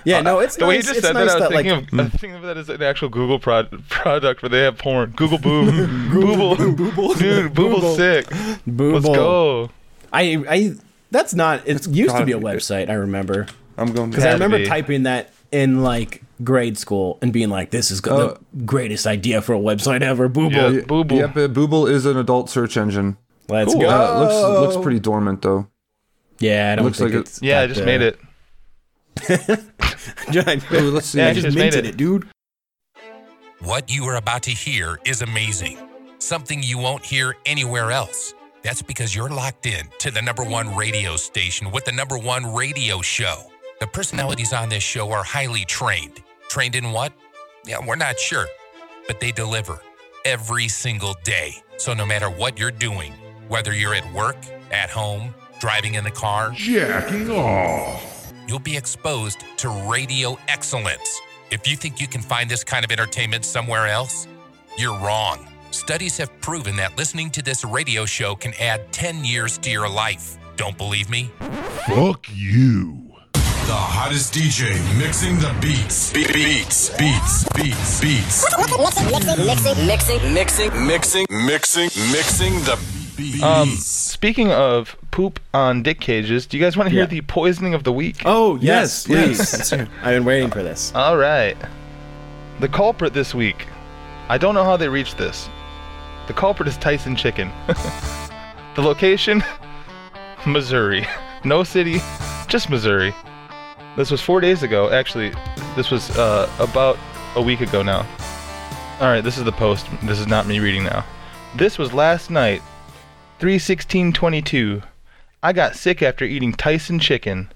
B: Yeah, no, it's
D: The way you
B: nice.
D: just
B: It's
D: said
B: nice
D: that, I was
B: that like mm.
D: thinking of I was thinking of that as an actual Google prod, product where they have porn. Google Boob, Booble, dude, Booble's
B: Booble.
D: sick.
B: Booble.
D: Let's go.
B: I, I, that's not. It used to be a
C: gotta be-
B: website. I remember.
C: I'm going.
B: I
D: Had
C: To,
D: to
B: remember
D: be.
B: typing that in like grade school and being like, "This is go-
C: Uh,
B: the greatest idea for a website ever." Booble.
D: Yeah, Booble.
C: yep, uh, Booble is an adult search engine.
B: Let's
D: Cool.
B: go.
C: Uh, it looks looks pretty dormant though.
B: Oh. yeah, I don't
C: looks
B: think
C: like it-
B: it's.
D: Yeah, I just made it.
C: Ooh, let's see.
D: Yeah,
B: I
D: I
B: just
D: just made
B: minted
D: it.
B: it, dude.
A: What you are about to hear is amazing. Something you won't hear anywhere else. That's because you're locked in to the number one radio station with the number one radio show. The personalities on this show are highly trained. Trained in what? Yeah, we're not sure. But they deliver every single day. So no matter what you're doing, whether you're at work, at home, driving in the car,
E: Jacking off.
A: you'll be exposed to radio excellence. If you think you can find this kind of entertainment somewhere else, you're wrong. Studies have proven that listening to this radio show can add 10 years to your life. Don't believe me?
E: Fuck you.
F: The hottest DJ mixing the beats. Be- Beats, beats, beats, beats.
G: mixing, mixing, mixing.
F: Mixing, mixing, mixing the
D: Um,
F: beats.
D: speaking of poop on dick cages, do you guys want to hear
B: Yeah.
D: the poisoning of the week?
B: Oh yes,
C: yes.
B: please. I've been waiting for this.
D: All right. The culprit this week. I don't know how they reached this. The culprit is Tyson Chicken. the location? Missouri. No city, just Missouri. This was four days ago. Actually, this was uh, about a week ago now. All right, this is the post. This is not me reading now. This was last night, 31622. I got sick after eating Tyson Chicken.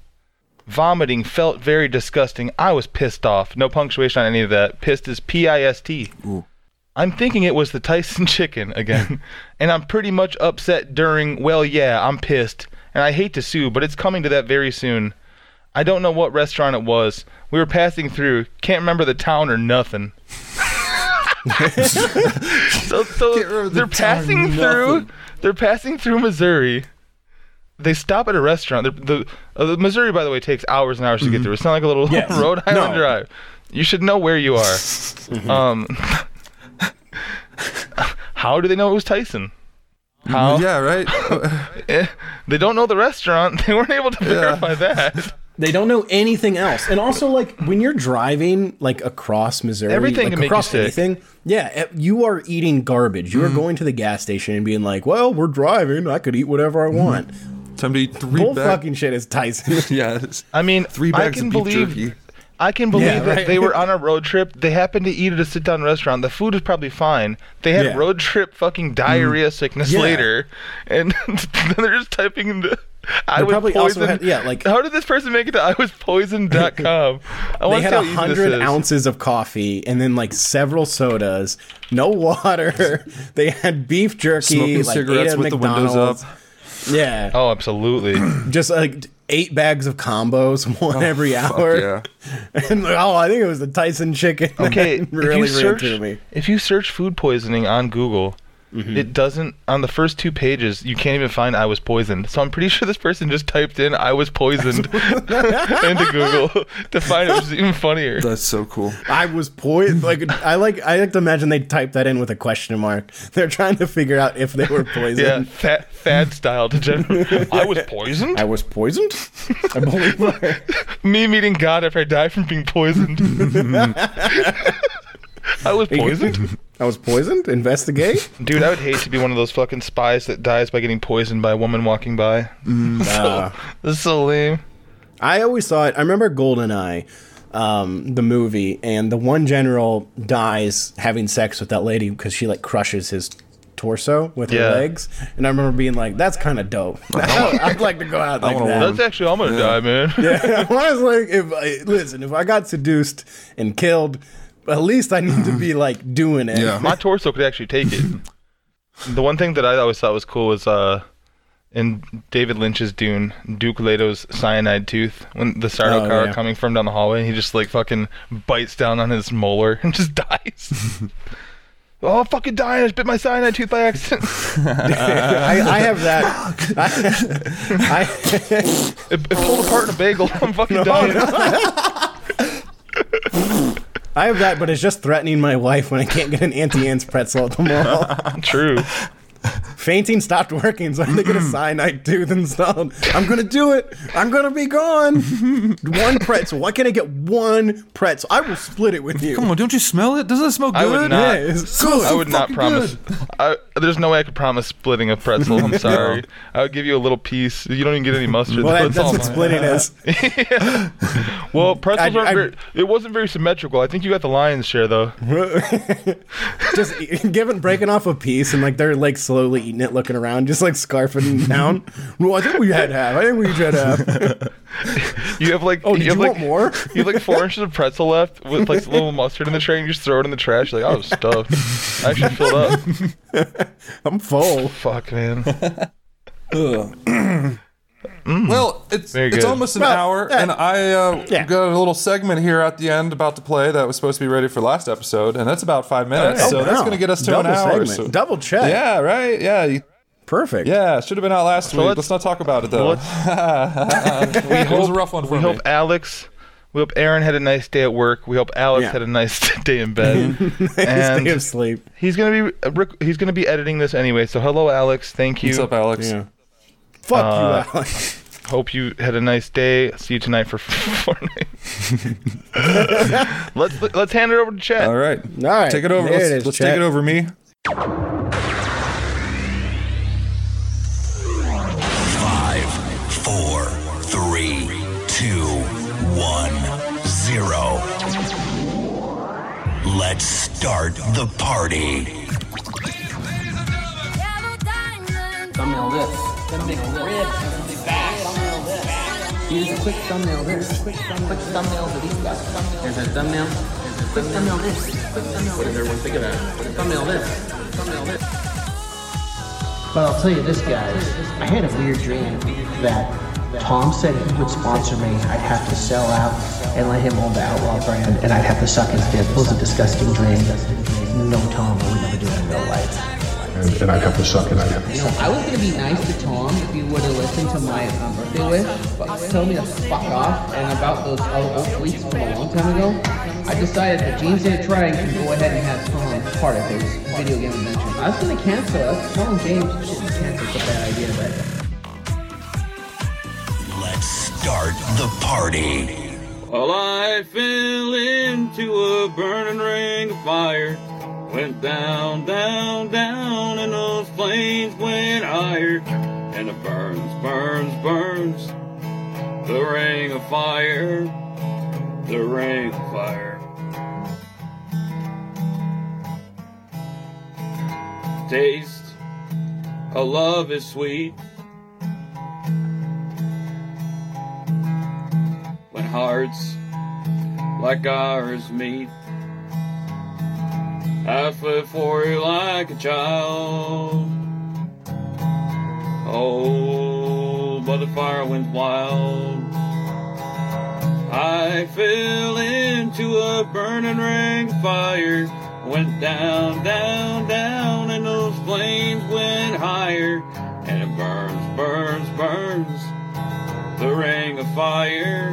D: Vomiting felt very disgusting. I was pissed off. No punctuation on any of that. Pissed is P I S T. I'm thinking it was the Tyson chicken again. and I'm pretty much upset during, well, yeah, I'm pissed. And I hate to sue, but it's coming to that very soon. I don't know what restaurant it was. We were passing through. Can't remember the town or nothing. so so
C: remember the
D: they're
C: town or
D: passing through.
C: nothing.
D: They're passing through Missouri they stop at a restaurant. The, the, uh, the Missouri, by the way, takes hours and hours
C: Mm-hmm.
D: to get through. It's not like a little
B: Yes.
D: Rhode Island
B: No.
D: drive. You should know where you are.
C: Mm-hmm.
D: um, how do they know it was Tyson?
B: Oh.
D: How?
C: Yeah, right.
D: Eh, They don't know the restaurant. They weren't able to verify that.
B: They don't know anything else. And also, like when you're driving like across Missouri,
D: Everything
B: like,
D: can make you
B: across
D: sick.
B: anything. Yeah, e- you are eating garbage. You are going to the gas station and being like, "Well, we're driving. I could eat whatever I want."
C: Time to eat three
B: Bull
C: bags.
B: fucking shit is Tyson.
C: Yeah,
D: I mean,
C: three
D: I
C: bags
D: can
C: of beef
D: believe.
C: jerky.
D: I can believe
B: Yeah,
D: that
B: right.
D: they were on a road trip. They happened to eat at a sit-down restaurant. The food is probably fine. They had
B: Yeah. Mm.
D: road trip fucking diarrhea sickness
B: Yeah.
D: later, and then they're just typing in. The, I
B: They
D: was
B: probably also
D: poisoned.
B: had- yeah, like-
D: how did this person make it to I was poisoned.com? I
B: they
D: want to
B: had
D: see
B: a
D: how easy this
B: hundred
D: is.
B: ounces of coffee and then like several sodas, no water. they had beef jerky,
C: Smoking
B: like,
C: cigarettes
B: ate at
C: with the windows
B: McDonald's.
C: up.
B: Yeah,
D: Oh, absolutely.
B: just like eight bags of combos, one every
C: Fuck
B: hour.
C: yeah.
B: And like, oh, I think it was the Tyson chicken. that
D: Okay, if
B: really
D: you
B: ran
D: search
B: through me. Mm-hmm.
D: if you search food poisoning on Google, it doesn't on the first two pages. You can't even find "I was poisoned." So I'm pretty sure this person just typed in "I was poisoned" into Google to find it, which is even funnier.
C: That's so cool.
B: I was poisoned. Like I like I like to imagine they typed that in with a question mark. They're trying to figure out if they were
D: Yeah,
B: poisoned.
D: fat, fad style to general. I was poisoned.
B: I was poisoned. I believe. I-
D: Me meeting God after I died from being poisoned. I was poisoned,
B: I was poisoned. Investigate.
D: dude. I would hate to be one of those fucking spies that dies by getting poisoned by a woman walking by.
B: Uh,
D: This is so lame.
B: I always thought. I remember Goldeneye, um, the movie, and the one general dies having sex with that lady because she like crushes his torso with her
D: Yeah.
B: legs. And I remember being like, "That's kind of dope. I'd like to go out like
C: wanna
B: that."
D: That's actually I'm gonna die, man.
B: Honestly, if I, listen, if I got seduced and killed, at least I need to be like doing it.
C: Yeah.
D: my torso could actually take it. the one thing that I always thought was cool was uh, in David Lynch's Dune, Duke Leto's cyanide tooth. When the Sardo
B: Oh,
D: car
B: yeah.
D: coming from down the hallway, he just like fucking bites down on his molar and just dies. oh, I'm fucking dying! I just bit my cyanide tooth by accident.
B: I, I have that. I, I,
D: it, it pulled apart in a bagel. I'm fucking dying.
B: I have that, but it's just threatening my wife when I can't get an Auntie Anne's pretzel at the mall.
D: True.
B: Fainting stopped working, so I had to get a cyanide tooth installed. I'm gonna do it. I'm gonna be gone. one pretzel. Why can't I get one pretzel? I will split it with you.
C: Come on, don't you smell it? Doesn't it smell good?
D: I would not.
B: Yeah, it's Oh, good.
D: I would not
C: fucking
D: promise. I, there's no way I could promise splitting a pretzel. I'm sorry.
C: No.
D: I would give you a little piece. You don't even get any mustard.
B: Well, that,
D: That's all
B: that's what
D: mine.
B: splitting is.
D: Well, pretzels
B: I-
D: aren't
B: I-
D: very. It wasn't very symmetrical. I think you got the lion's share though.
B: just giving breaking off a piece and like they're like slowly eating it, looking around, just like scarfing it down. Well, I think we had half. I think we each had half.
D: You have like.
B: Oh, did you,
D: have,
B: want
D: like,
B: more?
D: You have like four inches of pretzel left with like a little mustard in the tray, and you just throw it in the trash. Like I was stuffed. I actually filled up.
B: I'm full.
D: Fuck, man.
C: Well, it's
D: Very
C: it's
D: good.
C: almost an
B: Hmm. Well,
C: hour,
B: yeah.
C: and I uh,
B: Yeah.
C: got a little segment here at the end about to play that was supposed to be ready for last episode, and that's about five minutes.
B: Oh,
C: so that's
B: wow.
C: going to get us to
B: Double
C: an hour.
B: segment.
C: so-
B: Double check.
C: Yeah, right. Yeah, you-
B: Perfect.
C: yeah. Should have been out last week.
D: let's-
C: Let's, not talk about it though. it was a rough one for
D: We
C: me.
D: hope Alex. We hope Aaron had a nice day at work. We hope Alex
B: Yeah.
D: had a nice day in bed.
B: Nice day of
D: and
B: sleep.
D: he's gonna be Rick- he's gonna be editing this anyway. So hello, Alex. Thank you.
C: What's up, Alex?
B: Yeah. Fuck
C: uh,
B: you, Alex.
D: Hope you had a nice day. See you tonight for Fortnite. let's let's hand it over to chat.
C: All right.
B: All right.
C: Take it over.
B: There
C: let's
B: it is,
C: let's
B: chat.
C: take it over, me.
F: Five, four, three, two, one, zero. Let's start the party.
H: Thumbnail this. Thumbnail this. Thumbnail this. Here's a quick thumbnail this. Quick thumbnail to these guys. There's a thumbnail. There's a quick thumbnail this. Quick thumbnail. What does everyone think of that? Thumbnail this. Thumbnail this. But I'll tell you this, guys. I had a weird dream that Tom said he would sponsor me. I'd have to sell out and let him own the Outlaw brand, and I'd have to suck his dick. It was a disgusting dream. No, Tom, I would never do that in real life.
E: and, and I kept it sucking. I kept it
H: You know, I was gonna be nice to Tom if you would have listened to my um, birthday wish, but he told me to fuck off. And about those old, old tweets from a long time ago, I decided that James didn't try and can go ahead and have Tom part of his video game adventure. I was gonna cancel it. Tom James should cancel. It's a bad idea, but
F: Let's start the party.
I: Well, I fell into a burning ring of fire. Went down, down, down, and those flames went higher. And it burns, burns, burns. The ring of fire. The ring of fire. Taste. A love is sweet. when hearts like ours meet. I flip for you like a child. Oh, but the fire went wild. I fell into a burning ring of fire. Went down, down, down, and those flames went higher. And it burns, burns, burns. The ring of fire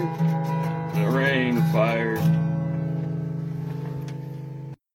I: the rain fire.